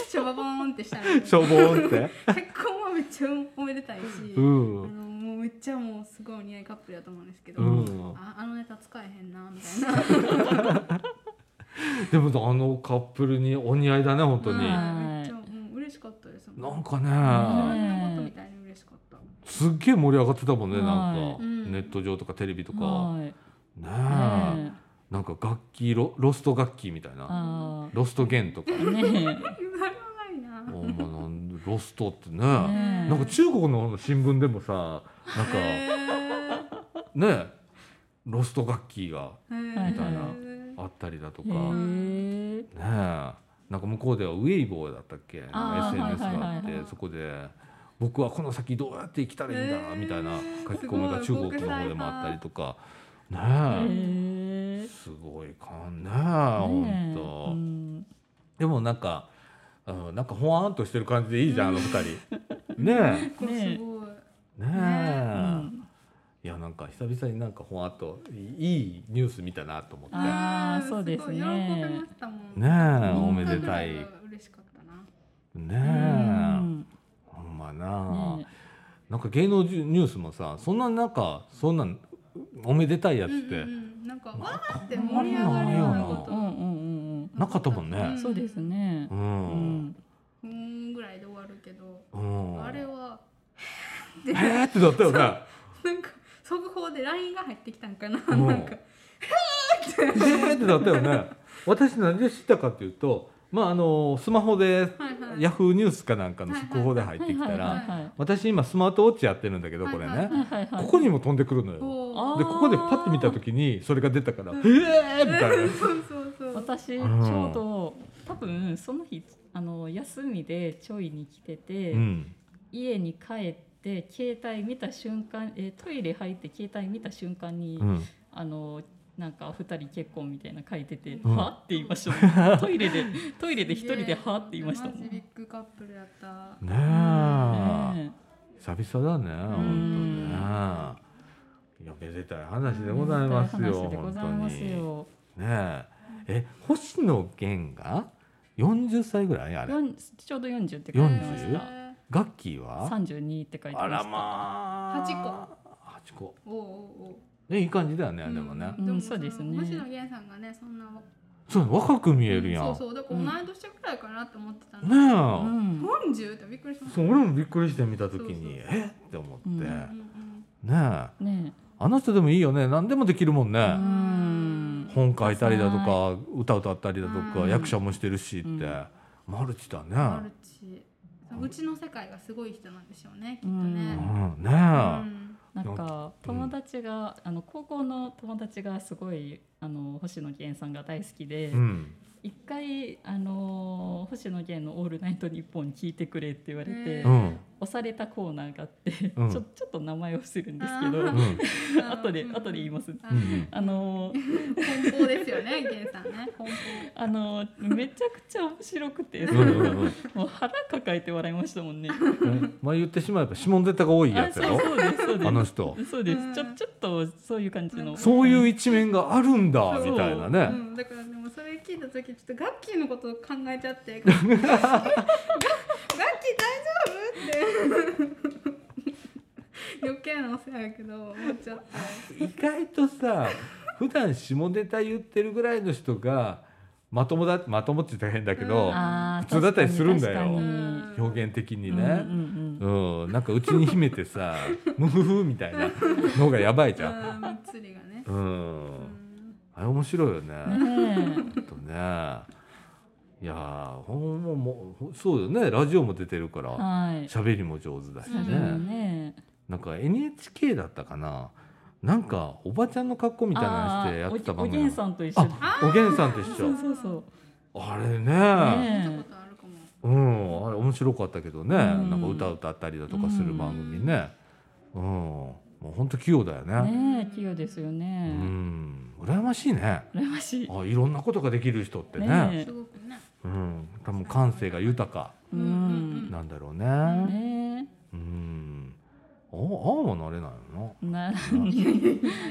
[SPEAKER 3] しょぼぼーんってしたのに
[SPEAKER 1] しょぼーんって。
[SPEAKER 3] 結婚はめっちゃおめでたいし、
[SPEAKER 1] うん
[SPEAKER 3] あのもうめっちゃもうすごいお似合いカップルだと思うんですけど、
[SPEAKER 1] うん
[SPEAKER 3] ああのネタ使えへんなみたいな
[SPEAKER 1] でもあのカップルにお似合いだね本当に。
[SPEAKER 2] うん
[SPEAKER 3] はいめっちゃもう嬉しかったですも
[SPEAKER 1] なん
[SPEAKER 3] ん
[SPEAKER 1] か
[SPEAKER 3] あ
[SPEAKER 1] ね
[SPEAKER 3] んなことみたいに嬉しかった
[SPEAKER 1] すっげえ盛り上がってたもんねなん
[SPEAKER 2] は
[SPEAKER 1] か
[SPEAKER 3] いうん
[SPEAKER 1] ネット上とかテレビとか
[SPEAKER 2] はい、ね
[SPEAKER 1] ね
[SPEAKER 2] え
[SPEAKER 1] えなんか楽器ロロスト楽器みたいな
[SPEAKER 2] あ
[SPEAKER 1] ロスト弦とか。
[SPEAKER 2] ーね
[SPEAKER 3] なれはないな
[SPEAKER 1] おまあなんロストってね
[SPEAKER 2] え
[SPEAKER 1] な
[SPEAKER 2] ねえ
[SPEAKER 1] んか中国の新聞でもさなんかね
[SPEAKER 3] へ
[SPEAKER 1] ロスト楽器が
[SPEAKER 3] ー
[SPEAKER 2] はい
[SPEAKER 1] みたいな
[SPEAKER 3] へー
[SPEAKER 1] あったりだとか
[SPEAKER 2] へ
[SPEAKER 1] ね
[SPEAKER 2] え
[SPEAKER 1] なんか向こうではウェイボーだったっけなんか
[SPEAKER 2] あー
[SPEAKER 1] SNS
[SPEAKER 2] はいはい
[SPEAKER 1] が
[SPEAKER 2] は
[SPEAKER 1] あ
[SPEAKER 2] い
[SPEAKER 1] ってそこで僕はこの先どうやって生きたらいいんだ
[SPEAKER 3] へー
[SPEAKER 1] みたいな書き込みが中国の方でもあったりとかね
[SPEAKER 2] へえ
[SPEAKER 1] すごいかんね本
[SPEAKER 2] う
[SPEAKER 1] 当
[SPEAKER 2] ん
[SPEAKER 1] でもなんかうんなんかほわーんとしてる感じでいいじゃんあの二人
[SPEAKER 2] *laughs*
[SPEAKER 1] ね
[SPEAKER 3] こうすごい
[SPEAKER 1] えね
[SPEAKER 2] う
[SPEAKER 1] え
[SPEAKER 2] ん
[SPEAKER 1] いやなんか久々になんかほわっといいニュース見たなと思ってね
[SPEAKER 2] あー
[SPEAKER 3] ん
[SPEAKER 2] そうですね
[SPEAKER 3] ごい喜びましたもん
[SPEAKER 1] え
[SPEAKER 2] うん
[SPEAKER 1] おめでたい
[SPEAKER 3] なんか嬉しかったな
[SPEAKER 1] ね
[SPEAKER 2] う
[SPEAKER 1] え
[SPEAKER 2] ん
[SPEAKER 1] ほんま
[SPEAKER 2] ね
[SPEAKER 1] ななんか芸能ニュースもさそんななんかそんなんおめでたいやつっ
[SPEAKER 3] う
[SPEAKER 1] て
[SPEAKER 3] んうんうんなんか
[SPEAKER 1] なんか
[SPEAKER 3] わーって盛り上がるようなこ
[SPEAKER 2] え
[SPEAKER 3] と
[SPEAKER 2] うんうんうん
[SPEAKER 1] なかったもんね
[SPEAKER 2] うん
[SPEAKER 1] ん
[SPEAKER 2] そうですね
[SPEAKER 1] う
[SPEAKER 2] うんん
[SPEAKER 3] ふーんぐらいで終わるけど
[SPEAKER 1] うん
[SPEAKER 3] あれ
[SPEAKER 1] え
[SPEAKER 3] は
[SPEAKER 1] ーってなったよね
[SPEAKER 3] なんか速報で LINE が入ってきたんかな
[SPEAKER 1] う
[SPEAKER 3] なんんか
[SPEAKER 1] えーってなったよね私何で知ったかっていうとまああのスマホで
[SPEAKER 3] はいはい
[SPEAKER 1] ヤフーニュースかなんかの速報で入ってきた
[SPEAKER 2] はい
[SPEAKER 1] ら
[SPEAKER 2] はいはい
[SPEAKER 1] 私今スマートウォッチやってるんだけどこれ
[SPEAKER 3] はいはい
[SPEAKER 1] ね
[SPEAKER 2] はいはいはい
[SPEAKER 1] ここにも飛んでくるのよ。
[SPEAKER 3] おー
[SPEAKER 1] でここでパッて見た時にそれが出たから「え
[SPEAKER 3] うん
[SPEAKER 1] えー!」みたいな。
[SPEAKER 3] そうそうそう
[SPEAKER 2] 私ち
[SPEAKER 1] う
[SPEAKER 2] ょ
[SPEAKER 1] ん
[SPEAKER 2] うど多分その日あの休みでちょいに来てて、
[SPEAKER 1] うん
[SPEAKER 2] 家に帰って携帯見た瞬間えートイレ入って携帯見た瞬間に、
[SPEAKER 1] うん、
[SPEAKER 2] あのなんか二人結婚みたいなの書いてて「
[SPEAKER 1] うん
[SPEAKER 2] は?」って言いました
[SPEAKER 1] *laughs*
[SPEAKER 2] もんトイレでトイレで一人で「は?」って言いましたもん
[SPEAKER 3] マジビッ
[SPEAKER 2] ね
[SPEAKER 3] グカップルだった
[SPEAKER 1] ねえ
[SPEAKER 2] え
[SPEAKER 1] 久々だね本当ねいやめでたい話でございますよ
[SPEAKER 2] 話でご
[SPEAKER 1] 本
[SPEAKER 2] ざ
[SPEAKER 1] 当
[SPEAKER 2] います
[SPEAKER 1] にね
[SPEAKER 2] よ
[SPEAKER 1] ええ星野源が40歳ぐらいあれ
[SPEAKER 2] 四ちょうど40って書いてまし
[SPEAKER 1] 40
[SPEAKER 2] た
[SPEAKER 3] え
[SPEAKER 1] ガッキーは
[SPEAKER 2] 32って書いてました
[SPEAKER 1] あらまあ
[SPEAKER 3] 八
[SPEAKER 1] 8個
[SPEAKER 3] ーおうおうおう
[SPEAKER 1] ねいい感じだよね、でも
[SPEAKER 3] う
[SPEAKER 1] ね
[SPEAKER 3] ん
[SPEAKER 2] うんそうですね
[SPEAKER 3] 星野源さんがねそんな
[SPEAKER 1] そうやん若く見えるやん、
[SPEAKER 3] そうそうだから同い年くらいかなと思ってたの、
[SPEAKER 1] ねえ、
[SPEAKER 2] うん
[SPEAKER 3] 40ってびっくりしまし
[SPEAKER 1] そ
[SPEAKER 3] た
[SPEAKER 1] う俺もびっくりして見た時に
[SPEAKER 3] そう
[SPEAKER 1] えって思って、
[SPEAKER 2] うん
[SPEAKER 1] ね
[SPEAKER 3] うんうん
[SPEAKER 1] えあ
[SPEAKER 2] ね
[SPEAKER 1] の人でもいいよね何でもできるもん
[SPEAKER 2] えう
[SPEAKER 1] ね、
[SPEAKER 2] ん
[SPEAKER 1] 本書いたりだとか歌歌ったりだとか、
[SPEAKER 3] うん
[SPEAKER 1] 役者もしてるしって、
[SPEAKER 2] うん
[SPEAKER 1] マルチだね
[SPEAKER 3] マルチうちの世界がすごい人なんでしょうねきっと
[SPEAKER 1] う
[SPEAKER 3] ね、
[SPEAKER 1] んねえ、
[SPEAKER 3] うん
[SPEAKER 2] なんか友達が、あの高校の友達がすごいあの星野源さんが大好きで、
[SPEAKER 1] うん
[SPEAKER 2] 一回あの星野源の「オールナイトニッポン」聞いてくれって言われて、
[SPEAKER 1] う
[SPEAKER 3] へ
[SPEAKER 1] ん
[SPEAKER 2] 押されたコーナーがあって、
[SPEAKER 1] うん
[SPEAKER 2] ちょちょっと名前を伏せるんですけど
[SPEAKER 1] うん
[SPEAKER 3] ああの
[SPEAKER 2] *laughs* 後で
[SPEAKER 3] うん
[SPEAKER 2] 後で言います。
[SPEAKER 3] あ
[SPEAKER 1] うん
[SPEAKER 2] あの
[SPEAKER 3] *laughs* 奔放ですよね、ゲンさんね。奔
[SPEAKER 2] あのめちゃくちゃ面白くて、
[SPEAKER 1] うんうんうん
[SPEAKER 2] もう腹抱えて笑いましたもんね。
[SPEAKER 1] うんまあ言ってしまえば指紋絶対が多いや
[SPEAKER 2] あ
[SPEAKER 1] つ
[SPEAKER 2] そ
[SPEAKER 1] やろ
[SPEAKER 2] うそうですそうです。
[SPEAKER 1] あの人
[SPEAKER 2] そうです、
[SPEAKER 3] うん
[SPEAKER 2] ちょちょっとそういう感じの。
[SPEAKER 1] そういう一面があるんだみたいな
[SPEAKER 3] 放。う
[SPEAKER 1] ね
[SPEAKER 3] ん、だからでもそれ聞いた時ちょっとガッキーのことを考えちゃって。ガッガッキー *laughs* 大丈夫って。余計なお世話やけど思っちゃった。
[SPEAKER 1] 意外とさ普段下ネタ言ってるぐらいの人がまともだまともって言ったら変だけど
[SPEAKER 3] うんあ
[SPEAKER 1] 普通だったりするんだよ
[SPEAKER 3] うん
[SPEAKER 1] 表現的に
[SPEAKER 2] うんうんう
[SPEAKER 1] ね
[SPEAKER 2] ん
[SPEAKER 1] うんなんかうちに秘めてさ *laughs* 「ムフフ」みたいなのがやばいじゃん。
[SPEAKER 3] うん、むっつりがね。
[SPEAKER 1] う
[SPEAKER 3] うんん
[SPEAKER 1] あれ面白いよね。
[SPEAKER 2] ね
[SPEAKER 1] ちょっとね。いやーほんまもうそうよねラジオも出てるか
[SPEAKER 2] え、
[SPEAKER 1] ら
[SPEAKER 2] はい。
[SPEAKER 1] 喋りも上手だし
[SPEAKER 3] 喋り
[SPEAKER 1] ね
[SPEAKER 3] も。
[SPEAKER 2] ねえ、
[SPEAKER 1] なんか NHK だったかななんかおばちゃんの格好みたいなのしてやってた
[SPEAKER 2] あーお
[SPEAKER 1] 番
[SPEAKER 2] げおげ
[SPEAKER 1] 組
[SPEAKER 2] んさんと一緒。
[SPEAKER 1] あおげんさんと一
[SPEAKER 2] そう
[SPEAKER 1] 緒
[SPEAKER 2] そうそう。
[SPEAKER 1] あれね
[SPEAKER 2] ね
[SPEAKER 3] 見たことあるか
[SPEAKER 1] うん
[SPEAKER 3] も。
[SPEAKER 1] あれ面白かったけどね、
[SPEAKER 2] うん
[SPEAKER 1] なんか歌歌ったりだとかする番組ねうん、もうほんと器用だよね
[SPEAKER 2] ねえ、器用ですよ
[SPEAKER 1] う
[SPEAKER 2] ね。
[SPEAKER 1] ん羨ましいね
[SPEAKER 2] 羨ましい。
[SPEAKER 1] あいろんなことができる人ってね
[SPEAKER 2] ね
[SPEAKER 3] すごくね。
[SPEAKER 1] うん多分感性が豊か
[SPEAKER 2] う
[SPEAKER 3] うん
[SPEAKER 2] ん。
[SPEAKER 1] なんだろう
[SPEAKER 3] う
[SPEAKER 1] ね
[SPEAKER 2] ね
[SPEAKER 1] うんああはなれないよ
[SPEAKER 2] え、な、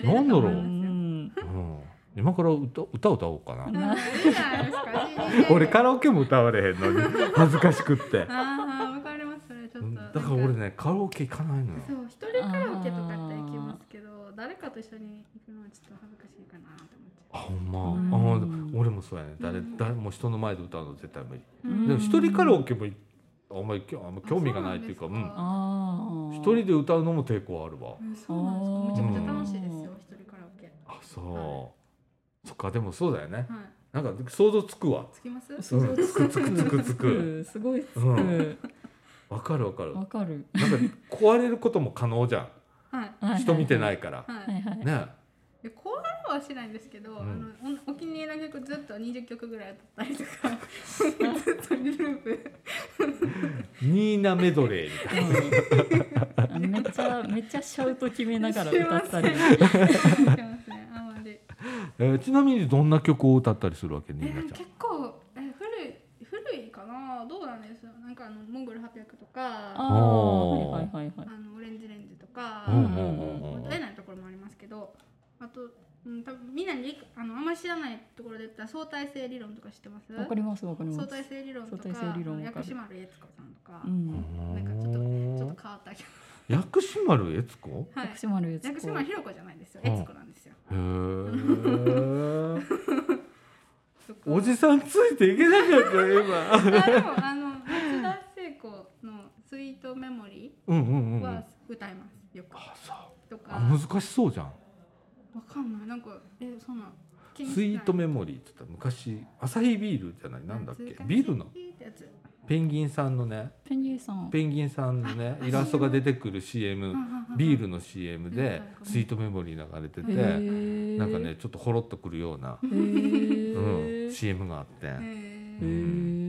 [SPEAKER 1] なんだろう
[SPEAKER 2] うん。
[SPEAKER 1] な、うん、今から歌歌歌おうかな
[SPEAKER 3] うんいいじゃないですか CD
[SPEAKER 1] 俺カラオケも歌われへんのに恥ずかしくって
[SPEAKER 3] ああ、わかります。それちょっと。
[SPEAKER 1] だから俺ねカラオケ行かないのよ
[SPEAKER 3] そう一人カラオケとかって行きますけど誰かと一緒に行くのはちょっと恥ずかしいかなって思っち
[SPEAKER 1] あほんま、
[SPEAKER 2] うん
[SPEAKER 1] あ俺もそうやね誰
[SPEAKER 3] うん
[SPEAKER 1] 誰も人の前で歌うの絶対無理、
[SPEAKER 2] うん
[SPEAKER 1] で
[SPEAKER 3] ゃ
[SPEAKER 1] も一人カラオケもいあんまりきょあんま興味がないっていうか
[SPEAKER 3] あ
[SPEAKER 1] う
[SPEAKER 3] そうなん
[SPEAKER 1] ん
[SPEAKER 3] ですか
[SPEAKER 2] ああ。
[SPEAKER 1] 一人で歌うのも抵抗あるわ
[SPEAKER 3] う、うんそうなんですかめちゃくちゃ楽しいですよ一人カラオケ
[SPEAKER 1] あそうそっかでもそうだよね
[SPEAKER 3] はい
[SPEAKER 1] なんか想像つくわ
[SPEAKER 3] つきます
[SPEAKER 2] 想像つく
[SPEAKER 1] うんつくつくつく。
[SPEAKER 2] すごいつ
[SPEAKER 1] う
[SPEAKER 2] く。
[SPEAKER 1] わかるわかるな
[SPEAKER 2] わ
[SPEAKER 1] ん
[SPEAKER 2] かる。
[SPEAKER 1] か壊れることも可能じゃ
[SPEAKER 3] はい
[SPEAKER 2] は
[SPEAKER 1] ん
[SPEAKER 2] い。
[SPEAKER 1] 人見てないいから
[SPEAKER 3] は
[SPEAKER 2] はいいはい。
[SPEAKER 1] ね
[SPEAKER 3] でコーラはしないんですけどあのおお気に入りの曲ずっと20曲ぐらい歌ったりとか *laughs* ずっとグループ
[SPEAKER 1] ニーナメドレーみたいな
[SPEAKER 2] うんめっちゃめっちゃシャウト決めながら歌ったり
[SPEAKER 3] し。ませんしてますねあんま
[SPEAKER 2] *laughs*
[SPEAKER 3] り
[SPEAKER 1] えーちなみにどんな曲を歌ったりするわけ
[SPEAKER 3] え
[SPEAKER 1] ニー
[SPEAKER 3] で
[SPEAKER 1] ナ
[SPEAKER 3] も
[SPEAKER 1] ちゃん
[SPEAKER 3] 結構え古い古いかなどうなんですよなんかあのモンゴル800とか
[SPEAKER 2] ああ、はいはいはいはい。
[SPEAKER 3] あのオレンジレンジとか、
[SPEAKER 1] うんうんうんうん
[SPEAKER 3] 歌えないところもありますけどあと、うん、多分みんなに理あのあんまり知らないところで言ったら相対性理論とか知ってます
[SPEAKER 2] わかりますわかりま
[SPEAKER 3] 相
[SPEAKER 2] す。
[SPEAKER 3] 対性理論とか
[SPEAKER 2] 相対性理論わかる
[SPEAKER 3] 薬師丸悦子さんとか、
[SPEAKER 2] うん。
[SPEAKER 3] なんかちょっとちょっと変わったけ
[SPEAKER 1] 薬師丸悦子
[SPEAKER 3] ど、はい
[SPEAKER 2] 薬、師丸悦子。
[SPEAKER 3] 薬師丸ひろ子じゃないですよ
[SPEAKER 1] うん
[SPEAKER 3] 悦子なんですよ
[SPEAKER 1] へえ
[SPEAKER 3] そこ
[SPEAKER 1] おじさんついていけなかったよ今
[SPEAKER 3] あでもあの松田聖子の「スイートメモリ
[SPEAKER 1] うんうんう
[SPEAKER 3] ー」
[SPEAKER 1] んうん
[SPEAKER 3] は歌いますよく、
[SPEAKER 1] あそう
[SPEAKER 3] とか
[SPEAKER 1] あ難しそうじゃん
[SPEAKER 3] わかんないなんかえそんなス
[SPEAKER 1] スイートメモリーって言ったら昔アサヒビールじゃないなんだっけビールの
[SPEAKER 3] ってやつ
[SPEAKER 1] ペンギンさんのね
[SPEAKER 2] ペンギンさん。
[SPEAKER 1] ペンギンさんのね
[SPEAKER 3] あ
[SPEAKER 1] イラストが出てくる CM ビー
[SPEAKER 3] ル
[SPEAKER 1] ルの CM
[SPEAKER 3] はい
[SPEAKER 1] で
[SPEAKER 3] はい
[SPEAKER 1] スイートメモリー流れてて
[SPEAKER 2] へえ
[SPEAKER 1] なんかね。ちょっとほろっとくるような、
[SPEAKER 2] へ
[SPEAKER 1] う
[SPEAKER 2] え
[SPEAKER 1] ん、。CM があって、う
[SPEAKER 3] え
[SPEAKER 1] ん
[SPEAKER 2] へ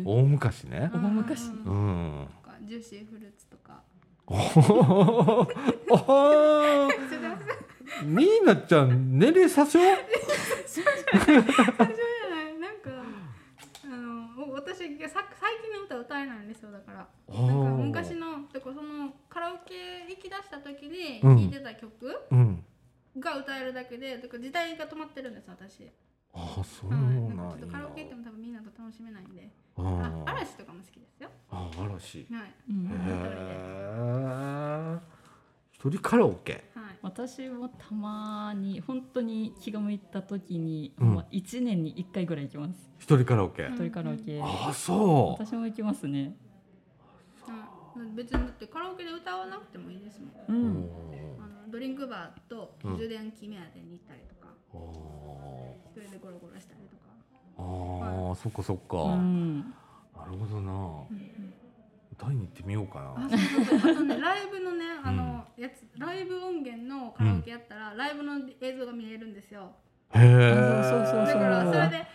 [SPEAKER 2] ー
[SPEAKER 1] 大昔ね
[SPEAKER 2] 大昔
[SPEAKER 1] う
[SPEAKER 3] と
[SPEAKER 1] ん。
[SPEAKER 3] かジューシーフルーツとか
[SPEAKER 1] おーおーニーナちゃん年齢詐称
[SPEAKER 3] *laughs* 最初じゃないなんかあのお私さ最近の歌歌えないんですよだからなんか昔のだからそのカラオケ行き出した時に
[SPEAKER 1] うん
[SPEAKER 3] 聴いてた曲
[SPEAKER 1] うん
[SPEAKER 3] が歌えるだけでだから時代が止まってるんです私、
[SPEAKER 1] ああそう
[SPEAKER 3] は、
[SPEAKER 1] ないん
[SPEAKER 3] なん
[SPEAKER 1] や
[SPEAKER 3] かちょっとカラオケ行っても多分みんなと楽しめないんで
[SPEAKER 1] あ
[SPEAKER 3] あ
[SPEAKER 1] ー
[SPEAKER 3] 嵐とかも好きですよ
[SPEAKER 1] あ嵐へ
[SPEAKER 3] はい
[SPEAKER 2] うん
[SPEAKER 3] へ
[SPEAKER 1] え一人カラオケ
[SPEAKER 3] はい
[SPEAKER 2] 私もたまに本当に気が向いた時に、
[SPEAKER 1] うん
[SPEAKER 2] まあ、1年に1回ぐらい行きます
[SPEAKER 1] 一人カラオケ、
[SPEAKER 3] うん
[SPEAKER 2] 一人カラオケ、
[SPEAKER 1] ああそう
[SPEAKER 2] 私も行きますね
[SPEAKER 3] うん別にだってカラオケで歌わなくてもいいですもん
[SPEAKER 2] う、
[SPEAKER 1] うん
[SPEAKER 3] あのドリンクバーと
[SPEAKER 1] うん
[SPEAKER 3] 充電器目当てに行ったりとか、一人でゴロゴロしたりとか、
[SPEAKER 1] あーそっかそっか、
[SPEAKER 2] うん、
[SPEAKER 1] なるほどな
[SPEAKER 3] うんうん
[SPEAKER 1] 歌いに行ってみようか
[SPEAKER 3] あ
[SPEAKER 1] な
[SPEAKER 3] そうそうそうあと *laughs* ねライブのねあの、やつライブ音源のカラオケやったら、ライブの映像が見えるんですよ
[SPEAKER 1] へえ
[SPEAKER 2] そうそう
[SPEAKER 3] だ
[SPEAKER 2] そう
[SPEAKER 3] からそれで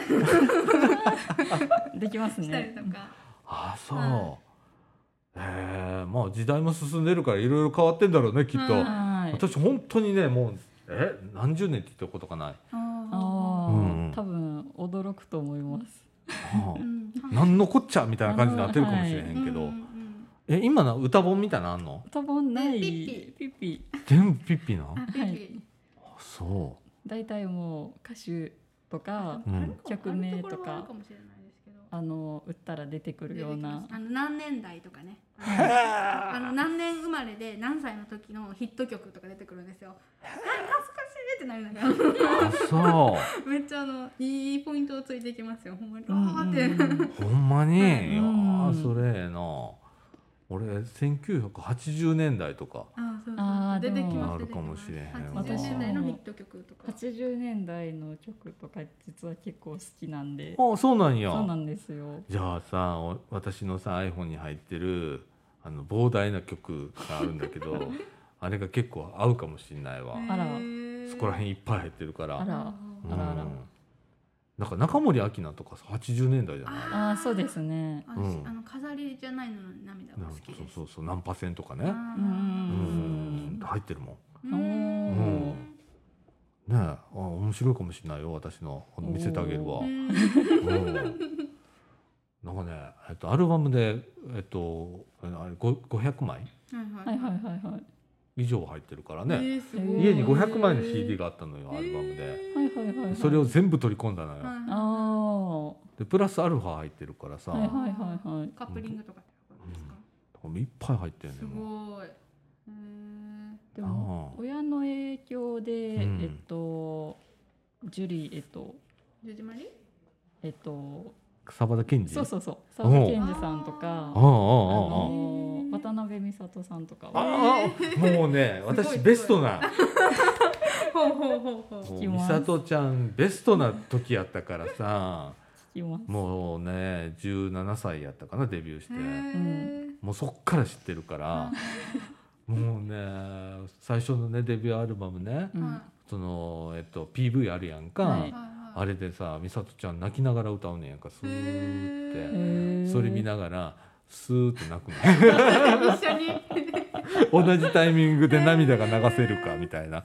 [SPEAKER 3] キャーって
[SPEAKER 2] できます
[SPEAKER 3] したり
[SPEAKER 2] ね
[SPEAKER 3] とか、
[SPEAKER 1] あそう、
[SPEAKER 3] は
[SPEAKER 1] へえまあ時代も進んでるからいろいろ変わってんだろうねきっと、
[SPEAKER 3] うん
[SPEAKER 2] はい
[SPEAKER 1] 私本当にねもうえ何十年って言ったことがない、
[SPEAKER 2] あー、
[SPEAKER 1] うん
[SPEAKER 2] 多分驚くと思います
[SPEAKER 1] は
[SPEAKER 3] う
[SPEAKER 1] あ
[SPEAKER 3] ん
[SPEAKER 1] なんのこっちゃみたいな感じになってるかもしれへんけど、
[SPEAKER 3] うんうんうん
[SPEAKER 1] え今な歌本みたいなのあんの
[SPEAKER 2] 歌本ない
[SPEAKER 3] ねピ
[SPEAKER 2] ピッピ
[SPEAKER 1] 全部ピッピな
[SPEAKER 3] あ
[SPEAKER 1] あ
[SPEAKER 3] ピッピ
[SPEAKER 1] そ
[SPEAKER 2] 大体もう歌手と
[SPEAKER 3] あ
[SPEAKER 2] か
[SPEAKER 1] うん
[SPEAKER 3] あるか
[SPEAKER 2] 曲名と
[SPEAKER 3] ある
[SPEAKER 2] か
[SPEAKER 3] かもしれないですけど
[SPEAKER 2] あの打ったら出てくるような
[SPEAKER 3] あの何年代とかね
[SPEAKER 1] うへ
[SPEAKER 3] あ
[SPEAKER 1] え
[SPEAKER 3] の何年生まれで何歳の時のヒット曲とか出てくるんですよ。あ恥ずかしいってなるんだけど
[SPEAKER 1] あそ
[SPEAKER 3] めっちゃあのいいポイントをついてきますよほんまに。
[SPEAKER 2] う
[SPEAKER 3] あ
[SPEAKER 2] ん
[SPEAKER 3] ーって、
[SPEAKER 2] うんうん
[SPEAKER 1] うほんまに、
[SPEAKER 2] うん
[SPEAKER 1] ああそれええな俺1980年代とか
[SPEAKER 3] あーそうそう
[SPEAKER 2] あー
[SPEAKER 3] 出てきます
[SPEAKER 1] でもあるかもしれへん
[SPEAKER 3] 八十年代のヒット曲とか。
[SPEAKER 2] 80年代の曲とか実は結構好きなんで
[SPEAKER 1] ああそうなんや
[SPEAKER 2] そうなんですよ
[SPEAKER 1] じゃあさお私のさ iPhone に入ってるあの膨大な曲があるんだけ
[SPEAKER 2] *laughs*
[SPEAKER 1] どあれが結構合うかもしんないわ、
[SPEAKER 2] あら
[SPEAKER 1] そこら
[SPEAKER 3] へん。
[SPEAKER 1] 辺いっぱい入ってるから
[SPEAKER 2] あら
[SPEAKER 1] うん
[SPEAKER 2] あらあら
[SPEAKER 1] なんか中森明菜とかさ80年代じゃない
[SPEAKER 3] あ
[SPEAKER 2] ああそうですね
[SPEAKER 3] あ
[SPEAKER 1] うん
[SPEAKER 3] あの飾りじゃないのの涙が
[SPEAKER 1] なん
[SPEAKER 3] 好
[SPEAKER 1] か
[SPEAKER 3] き
[SPEAKER 1] そう
[SPEAKER 3] です。
[SPEAKER 1] そうそうナンパ線とかね
[SPEAKER 3] あ
[SPEAKER 2] うん
[SPEAKER 1] う
[SPEAKER 2] うんん
[SPEAKER 1] 入ってるも
[SPEAKER 3] ー
[SPEAKER 2] お
[SPEAKER 1] ん、う
[SPEAKER 2] ー
[SPEAKER 1] ん、ねえあ面白いかもしれないよ私のあの見せてあげるわ、
[SPEAKER 3] う
[SPEAKER 1] うんん、
[SPEAKER 3] うん
[SPEAKER 1] なんかね、えっと、アルバムで、えっと、あれご500枚
[SPEAKER 3] は
[SPEAKER 2] はいはいはいはい
[SPEAKER 1] 以上入ってるから
[SPEAKER 3] え
[SPEAKER 1] ね、
[SPEAKER 3] ーすごい
[SPEAKER 1] 家に500枚の CD があったのよアルバムで、
[SPEAKER 2] はいはいはいはい
[SPEAKER 1] それを全部取り込んだのよ、
[SPEAKER 3] はいはい
[SPEAKER 2] ああは
[SPEAKER 1] でプラスアルファ入ってるからさ、
[SPEAKER 2] いはいはいはい
[SPEAKER 3] カップリングとかってことですか。
[SPEAKER 1] いっぱい入ってるね
[SPEAKER 3] す
[SPEAKER 1] もう
[SPEAKER 3] ごい。え
[SPEAKER 2] でも
[SPEAKER 1] ああ
[SPEAKER 2] 親の影響で、
[SPEAKER 1] ん
[SPEAKER 2] えっとジュリーえっと
[SPEAKER 3] ー、ジュジュマリ？
[SPEAKER 2] えっと
[SPEAKER 1] 草場健二
[SPEAKER 2] そうそううそう沢田研二さんとか
[SPEAKER 1] あああ
[SPEAKER 2] あ
[SPEAKER 1] ああ
[SPEAKER 2] の
[SPEAKER 3] ああ
[SPEAKER 2] 渡辺美里さんとか
[SPEAKER 1] あ
[SPEAKER 2] は
[SPEAKER 1] ああもうね
[SPEAKER 3] すごい
[SPEAKER 1] 私ベストな
[SPEAKER 3] ほうほうほうほう。
[SPEAKER 1] もう
[SPEAKER 2] き
[SPEAKER 1] 美
[SPEAKER 2] ます
[SPEAKER 1] 里ちゃんベストな時やったからさ
[SPEAKER 2] 聞きます
[SPEAKER 1] もうね17歳やったかなデビューして、
[SPEAKER 3] へ
[SPEAKER 1] もうそっから知ってる
[SPEAKER 2] *laughs*
[SPEAKER 1] からもうね最初のねデビューアルバムね
[SPEAKER 2] う
[SPEAKER 3] ー
[SPEAKER 2] ん
[SPEAKER 3] は
[SPEAKER 1] その、えっと、PV あるやんか、
[SPEAKER 2] はい
[SPEAKER 3] いはい
[SPEAKER 1] あれでさ美里ちゃん泣きながら歌うねんやんかス
[SPEAKER 2] へ
[SPEAKER 1] ーって
[SPEAKER 2] ー
[SPEAKER 1] それ見ながらスーって泣くの
[SPEAKER 3] はい。一緒 *laughs*
[SPEAKER 1] *laughs*
[SPEAKER 3] に。
[SPEAKER 1] 同じタイミングで涙が流せるかみたいな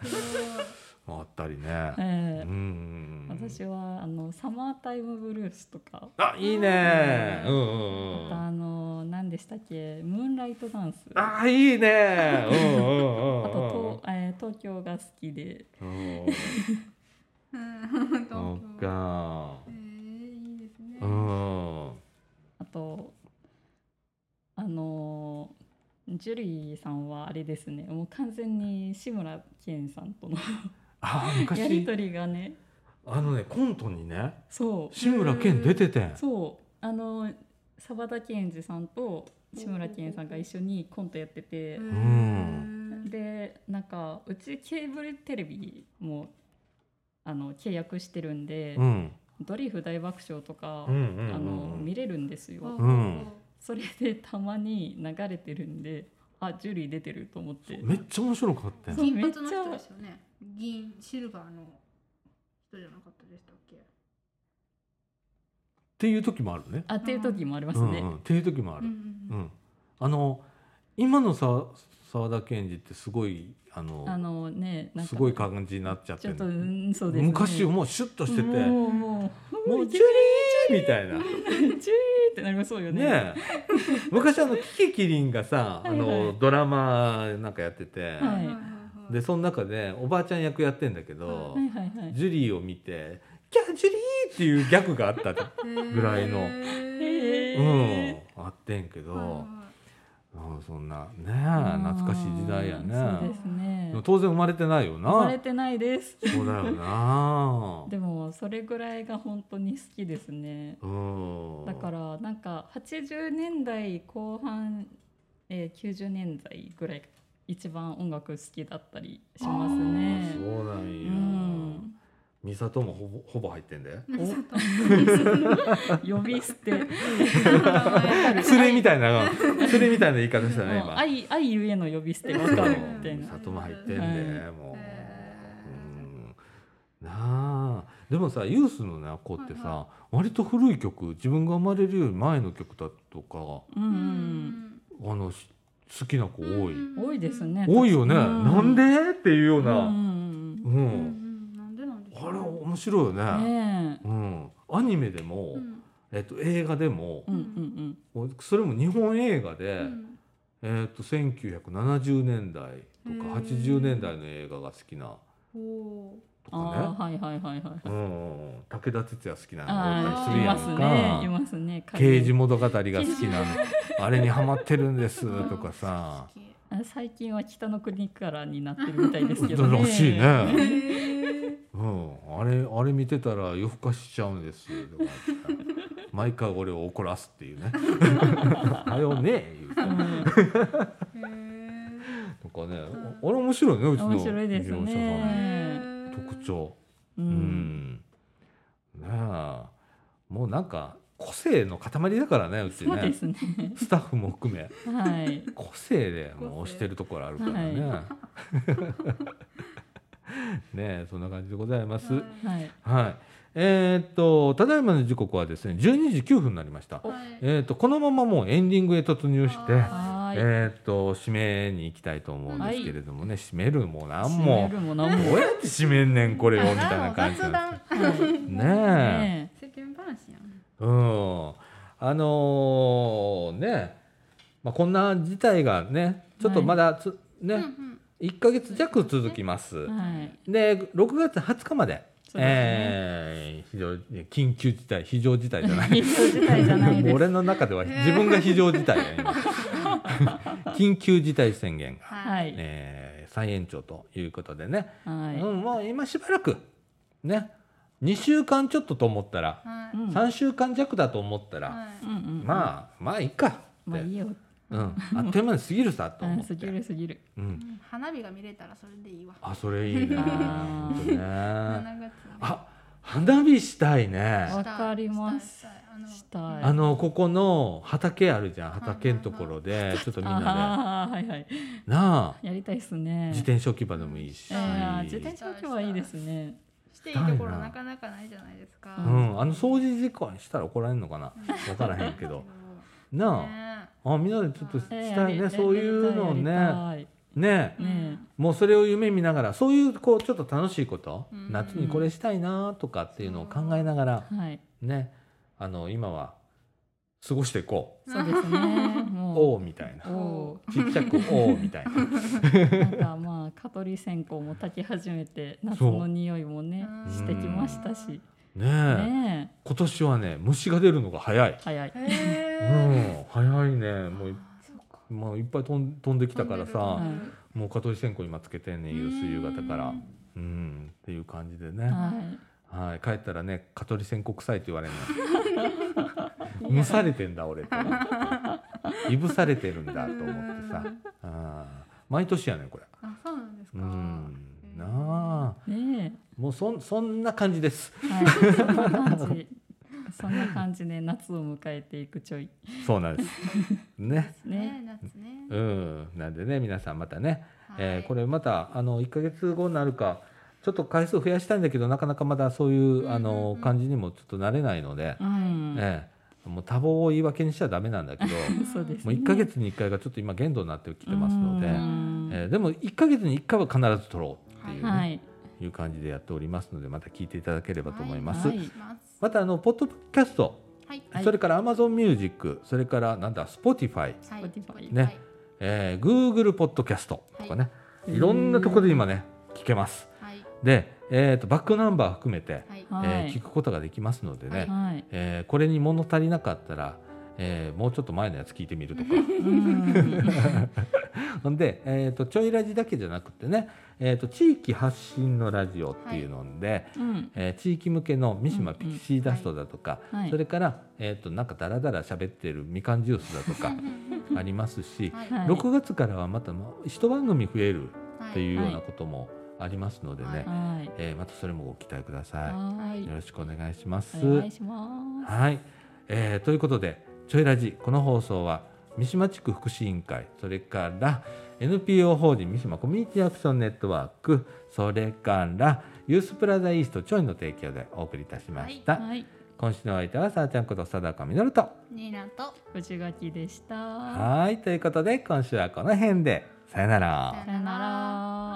[SPEAKER 1] あったりね。う
[SPEAKER 2] ええ
[SPEAKER 1] ん
[SPEAKER 2] 私はあのサマータイムブルースとか
[SPEAKER 1] あいいねうんうん
[SPEAKER 2] あ
[SPEAKER 1] う
[SPEAKER 2] と
[SPEAKER 1] ん
[SPEAKER 2] あの何でしたっけムーンライトダンスあ
[SPEAKER 1] あいいねうんうんうん
[SPEAKER 2] と
[SPEAKER 1] うん
[SPEAKER 2] と、えー東京が好きで
[SPEAKER 1] うん
[SPEAKER 3] うん東
[SPEAKER 1] そっ
[SPEAKER 3] 京。
[SPEAKER 1] か
[SPEAKER 3] えーいいですね。
[SPEAKER 1] うん
[SPEAKER 2] あとあのージュリーさんはあれですねもう完全に志村けんさんとの
[SPEAKER 1] あ
[SPEAKER 2] やり
[SPEAKER 1] 昔
[SPEAKER 2] 取りがね
[SPEAKER 1] あのねコントにね
[SPEAKER 2] そ
[SPEAKER 1] 志村けん出ててん
[SPEAKER 2] うそうあの澤田研二さんと志村けんさんが一緒にコントやってて
[SPEAKER 3] う、
[SPEAKER 1] ん
[SPEAKER 2] でなんかうちケーブルテレビもあの契約してるんで、
[SPEAKER 1] うん
[SPEAKER 2] ドリフ大爆笑とか、
[SPEAKER 1] うんうんうん
[SPEAKER 2] あの見れるんですよ。
[SPEAKER 3] ほうほうほう
[SPEAKER 1] うん
[SPEAKER 2] それでたまに流れてるんであジュリー出てると思って
[SPEAKER 1] めっちゃ面白かったよ
[SPEAKER 3] 金髪の人ですよね。銀シルバーの人じゃなかったでしたっけ？
[SPEAKER 1] っていう時もあるね
[SPEAKER 2] あっていう時もありますね、
[SPEAKER 1] うんうん、っていう時もある
[SPEAKER 3] うんう
[SPEAKER 1] うんん、あの今のさ沢田研二ってすごいあの
[SPEAKER 2] あのねなんか
[SPEAKER 1] すごい感じになっちゃって
[SPEAKER 2] ちょ
[SPEAKER 1] る
[SPEAKER 2] っと、うん、そうですね
[SPEAKER 1] 昔もうシュッとしてて、も
[SPEAKER 2] もうもう
[SPEAKER 1] うジュリーみたいな
[SPEAKER 2] ジュリーってなりそうよね *laughs*
[SPEAKER 1] ねえ昔あのキキキリンがさあ
[SPEAKER 2] はいは
[SPEAKER 1] の
[SPEAKER 2] い
[SPEAKER 1] ドラマなんかやってて、
[SPEAKER 2] は
[SPEAKER 3] はい
[SPEAKER 2] い
[SPEAKER 3] はいはい。
[SPEAKER 1] でその中でおばあちゃん役やってんだけど、
[SPEAKER 2] はいはいはい
[SPEAKER 1] ジュリーを見て「キャジュリー!」っていうギャグがあったで、
[SPEAKER 3] ぐ
[SPEAKER 1] ぐらいの
[SPEAKER 3] へ
[SPEAKER 2] *laughs*
[SPEAKER 3] ー
[SPEAKER 2] へ
[SPEAKER 1] うん、あってんけど、
[SPEAKER 3] はいはい
[SPEAKER 1] うんそんなね
[SPEAKER 2] あー
[SPEAKER 1] 懐かしい時代や
[SPEAKER 2] そう
[SPEAKER 1] ね
[SPEAKER 2] ですね
[SPEAKER 1] でも当然生まれてないよな
[SPEAKER 2] 生まれてないです
[SPEAKER 1] そうだよな
[SPEAKER 2] でもそれぐらいが本当に好きですね
[SPEAKER 1] うん
[SPEAKER 2] だからなんか80年代後半、えー、90年代ぐらいが一番音楽好きだったりしますね
[SPEAKER 1] あーそうなん
[SPEAKER 2] う
[SPEAKER 1] や、
[SPEAKER 2] ん
[SPEAKER 1] 美里もほぼほぼ入ってん
[SPEAKER 2] *laughs*
[SPEAKER 1] で
[SPEAKER 2] 呼び捨
[SPEAKER 1] *laughs*
[SPEAKER 2] て
[SPEAKER 1] 連れみたいな連れみたいな言い方したね
[SPEAKER 2] もう
[SPEAKER 1] 今
[SPEAKER 2] 愛愛ゆえの呼び捨てわかるみたい
[SPEAKER 1] 美
[SPEAKER 2] な
[SPEAKER 1] 里も入ってんで、
[SPEAKER 2] はい
[SPEAKER 1] もう、
[SPEAKER 3] へ
[SPEAKER 1] うんなあでもさユースのね子ってさ、
[SPEAKER 3] はいは
[SPEAKER 1] 割と古い曲自分が生まれるより前の曲だとか
[SPEAKER 2] うん
[SPEAKER 3] う
[SPEAKER 2] うん
[SPEAKER 3] ん
[SPEAKER 1] あのし好きな子多い、
[SPEAKER 3] うん
[SPEAKER 2] 多いですね
[SPEAKER 1] 多いよね、
[SPEAKER 2] う
[SPEAKER 1] なんでっていうよう
[SPEAKER 2] うんう
[SPEAKER 1] な、
[SPEAKER 2] ん
[SPEAKER 1] うん
[SPEAKER 3] うんうんなんでなんでし
[SPEAKER 1] あ
[SPEAKER 3] ょう
[SPEAKER 1] れ面白いよね、
[SPEAKER 2] うんねえ
[SPEAKER 1] うん、アニメでも、
[SPEAKER 3] うん
[SPEAKER 1] えっと、映画でも
[SPEAKER 2] う、んうん
[SPEAKER 1] それも日本映画で、
[SPEAKER 3] うん
[SPEAKER 1] えっと1970年代と
[SPEAKER 3] へ
[SPEAKER 1] か
[SPEAKER 3] ー
[SPEAKER 1] 80年代の映画が好きな
[SPEAKER 3] おー
[SPEAKER 1] と
[SPEAKER 2] うん
[SPEAKER 1] か
[SPEAKER 2] あ
[SPEAKER 1] ね
[SPEAKER 2] あはいはいはいはい
[SPEAKER 1] うんうんうん武田鉄矢好きなのがお
[SPEAKER 2] あ
[SPEAKER 1] ったり
[SPEAKER 2] あ
[SPEAKER 1] す
[SPEAKER 2] い
[SPEAKER 1] るや
[SPEAKER 2] ま
[SPEAKER 1] ん
[SPEAKER 2] す
[SPEAKER 1] か。
[SPEAKER 2] ねいますね
[SPEAKER 1] 刑事物語が好きなのあれにハマってるんですとかさ
[SPEAKER 3] 好
[SPEAKER 1] *laughs*
[SPEAKER 3] き
[SPEAKER 2] あ最近は北の国からになってるみたいですけど
[SPEAKER 1] *laughs*
[SPEAKER 2] ね
[SPEAKER 1] らしいね、
[SPEAKER 3] へー
[SPEAKER 1] うん、あれあれ見てたら夜更かしちゃうんですとか言って毎回俺を怒らすっていうねあれをね言う
[SPEAKER 2] う
[SPEAKER 1] て
[SPEAKER 2] ん
[SPEAKER 3] へー
[SPEAKER 1] とかねああれ面白いねうちの
[SPEAKER 2] 面白いですね
[SPEAKER 1] 利用者さん
[SPEAKER 3] へー
[SPEAKER 1] の特徴
[SPEAKER 2] う
[SPEAKER 1] うんんねえもうなんか個性の塊だからねうち
[SPEAKER 2] そうで
[SPEAKER 1] ね
[SPEAKER 2] すね
[SPEAKER 1] スタッフも含め
[SPEAKER 2] はい
[SPEAKER 1] 個性でもう押してるところあるからね、
[SPEAKER 2] は
[SPEAKER 1] *laughs* ねえそんな感じでございます、
[SPEAKER 3] は
[SPEAKER 2] はい
[SPEAKER 1] はいえーっとただいまの時刻はですね12時9分になりました
[SPEAKER 3] いはい
[SPEAKER 1] えーっとこのままもうエンディングへ突入して
[SPEAKER 3] あ
[SPEAKER 2] はーい
[SPEAKER 1] えーっと締めに行きたいと思うんですけれどもね、締めるもなん
[SPEAKER 2] 閉
[SPEAKER 1] も
[SPEAKER 2] めるもなん
[SPEAKER 1] ど
[SPEAKER 2] も
[SPEAKER 1] うやって締めんねんこれよみたいな感じ
[SPEAKER 3] 雑
[SPEAKER 1] なんで
[SPEAKER 3] 談
[SPEAKER 2] はい *laughs*
[SPEAKER 1] すねえ
[SPEAKER 2] ね
[SPEAKER 3] 世間話やん
[SPEAKER 1] うん、あのーね、まあ、こんな事態がねちょっとまだつ、
[SPEAKER 3] うん
[SPEAKER 1] ね、
[SPEAKER 3] うん
[SPEAKER 1] 一1か月弱続きます。
[SPEAKER 2] えはい
[SPEAKER 1] で6月20日まで
[SPEAKER 2] そうですね
[SPEAKER 1] えー非常緊急事態非常事態じゃない
[SPEAKER 2] 緊急事態じゃない
[SPEAKER 1] もう
[SPEAKER 2] です
[SPEAKER 1] 俺の中では自分が非常事態や
[SPEAKER 2] *laughs*
[SPEAKER 1] 今緊急事態宣言が、
[SPEAKER 2] は
[SPEAKER 3] はい
[SPEAKER 2] い
[SPEAKER 1] えー再延長ということでね、
[SPEAKER 2] は
[SPEAKER 1] うん、もう今しばらくね2週間ちょっとと思ったら、
[SPEAKER 3] はい
[SPEAKER 2] いうん
[SPEAKER 1] 3週間弱だと思ったら、
[SPEAKER 3] はい
[SPEAKER 2] うんうん
[SPEAKER 1] まあまあいいかって、
[SPEAKER 2] まあいいよ
[SPEAKER 1] うん、あっという間に過ぎるさと
[SPEAKER 2] う
[SPEAKER 1] 思っ
[SPEAKER 2] ん
[SPEAKER 1] て、
[SPEAKER 2] すぎるすぎる
[SPEAKER 1] うん、
[SPEAKER 3] うん花火が見れたらそれでいいわ
[SPEAKER 1] あそれいいね
[SPEAKER 2] あー
[SPEAKER 1] 本
[SPEAKER 2] *laughs*
[SPEAKER 1] 当ね
[SPEAKER 3] 7月ね
[SPEAKER 1] あ花火したいね
[SPEAKER 2] わかります
[SPEAKER 3] したいしたいあの
[SPEAKER 2] したい
[SPEAKER 1] あのここの畑あるじゃん畑のところでちょっとみんなでな
[SPEAKER 2] ああはいはい
[SPEAKER 1] あ
[SPEAKER 2] やりたいっすね
[SPEAKER 1] 自転車置き場でもいいし、
[SPEAKER 2] えー自転車置けばいいですね
[SPEAKER 3] していいとこ
[SPEAKER 1] したいな
[SPEAKER 3] ろなかなかないじゃないですか、
[SPEAKER 1] うん、あの掃除時間したら怒られるのかな分からへんけ
[SPEAKER 2] *laughs*
[SPEAKER 1] どなあ
[SPEAKER 3] ね
[SPEAKER 1] あみんなでちょっとし
[SPEAKER 2] えー
[SPEAKER 1] たいね
[SPEAKER 2] やり
[SPEAKER 1] そういうのを
[SPEAKER 2] やり
[SPEAKER 1] ね
[SPEAKER 2] たい
[SPEAKER 1] ね
[SPEAKER 3] い
[SPEAKER 2] ね
[SPEAKER 1] もうそれを夢見ながらそういうこうちょっと楽しいこと、
[SPEAKER 3] うん
[SPEAKER 1] 夏にこれしたいなとかっていうのを考えながら
[SPEAKER 2] えはい
[SPEAKER 1] ねあの今は過ごしていこ
[SPEAKER 2] そうですね
[SPEAKER 1] う、
[SPEAKER 2] も
[SPEAKER 1] おうみたいな
[SPEAKER 2] うお
[SPEAKER 1] ちっちゃくおうみたいな、
[SPEAKER 2] うなんかまあ蚊取り線香も焚き始めて夏
[SPEAKER 1] そう
[SPEAKER 2] の匂いもね
[SPEAKER 3] うん
[SPEAKER 2] してきましたし
[SPEAKER 1] ねえ
[SPEAKER 2] ねえ
[SPEAKER 1] 今年はね虫が出るのが早い、
[SPEAKER 2] 早い
[SPEAKER 1] う
[SPEAKER 3] へ
[SPEAKER 1] ん、
[SPEAKER 3] え
[SPEAKER 1] 早いねもうい,、
[SPEAKER 3] そっか
[SPEAKER 1] まあ、いっぱい飛ん飛んできたからさ、
[SPEAKER 2] 飛んで
[SPEAKER 3] うん
[SPEAKER 1] もう蚊取り線香今つけてんねん夕夕方から
[SPEAKER 3] う
[SPEAKER 1] うん
[SPEAKER 3] ん
[SPEAKER 1] っていう感じでね、
[SPEAKER 2] はい
[SPEAKER 1] はい、帰ったらね蚊取り線香臭いって言われるの蒸されてんだ俺と思っていぶされてるんだと思ってさあー毎年やねんこれ
[SPEAKER 3] あそうなんです
[SPEAKER 1] う
[SPEAKER 3] か
[SPEAKER 1] ん
[SPEAKER 3] へー
[SPEAKER 1] なあ
[SPEAKER 2] ね
[SPEAKER 1] もうそんそんな感じです
[SPEAKER 2] えはいそんな感じそんな感じで夏を迎えていくちょい
[SPEAKER 1] そうなんですね
[SPEAKER 2] ね
[SPEAKER 3] ね夏ね、
[SPEAKER 1] うんなんでね皆さんまたね、えーこ
[SPEAKER 3] れ
[SPEAKER 1] れまたあの1ヶ月後になるかちょっと回数増やしたいんだけどなかなかまだそういう、
[SPEAKER 3] んうん
[SPEAKER 1] あの感じにもちょっと慣れないので、
[SPEAKER 2] うん
[SPEAKER 1] ええもう多忙を言い訳にしちゃダメなんだけど
[SPEAKER 2] そう *laughs* ですね
[SPEAKER 1] もう1ヶ月に1回がちょっと今限度になってきてますので、
[SPEAKER 2] うん
[SPEAKER 1] えーでも1ヶ月に1回は必ず撮ろうっていう,、
[SPEAKER 2] はいはい
[SPEAKER 1] いう感じでやっておりますのでまた聞いていただければと思います。
[SPEAKER 2] はい
[SPEAKER 3] します
[SPEAKER 1] またあのポッドキャスト、
[SPEAKER 3] はい
[SPEAKER 2] はい
[SPEAKER 1] それから Amazon Music それからなんだ Spotify、
[SPEAKER 3] はい
[SPEAKER 2] Spotify
[SPEAKER 1] ねえー Google ポッドキャストとかね、
[SPEAKER 2] はい
[SPEAKER 1] い、ろんなとこで今ね聞けます。
[SPEAKER 3] はい
[SPEAKER 1] で、えー、とバックナンバー含めて、
[SPEAKER 3] はい
[SPEAKER 1] え
[SPEAKER 2] は
[SPEAKER 1] ー
[SPEAKER 2] い
[SPEAKER 3] *laughs*
[SPEAKER 1] 聞くことができますのでね、
[SPEAKER 3] はい
[SPEAKER 2] はい
[SPEAKER 1] えーこれに物足りなかったら、えーもうちょっと前のやつ聞いてみるとか
[SPEAKER 2] うん
[SPEAKER 1] ほんで、えー、とちょいラジだけじゃなくてね、えー、と地域発信のラジオっていうので、
[SPEAKER 2] うん
[SPEAKER 1] えー地域向けの三島ピクシーダストだとか、
[SPEAKER 2] はい
[SPEAKER 1] それから、えー、となんかダラダラ喋ってるみかんジュースだとか *laughs* ありますし、
[SPEAKER 3] はい
[SPEAKER 2] はい
[SPEAKER 1] 6月からはまたま一番組増える
[SPEAKER 3] は
[SPEAKER 1] という
[SPEAKER 3] い
[SPEAKER 1] ようなこともありますのでね、
[SPEAKER 3] はい
[SPEAKER 2] はい
[SPEAKER 1] えーまたそれもご期待ください。
[SPEAKER 2] はい
[SPEAKER 1] よろしくお願いします。
[SPEAKER 2] お願いします
[SPEAKER 1] はい、えーということで「ちょいラジ」この放送は三島地区福祉委員会それから NPO 法人三島コミュニティアクションネットワークそれからユースプラザイーストちょいの提供でお送りいたしました、
[SPEAKER 2] はい
[SPEAKER 1] 今週のお相手はさあちゃんこと貞岡実と
[SPEAKER 3] ニーナと
[SPEAKER 2] 藤垣でした
[SPEAKER 1] はいということで今週はこの辺でさよなら
[SPEAKER 3] さ
[SPEAKER 2] さ
[SPEAKER 3] よなら
[SPEAKER 2] よなら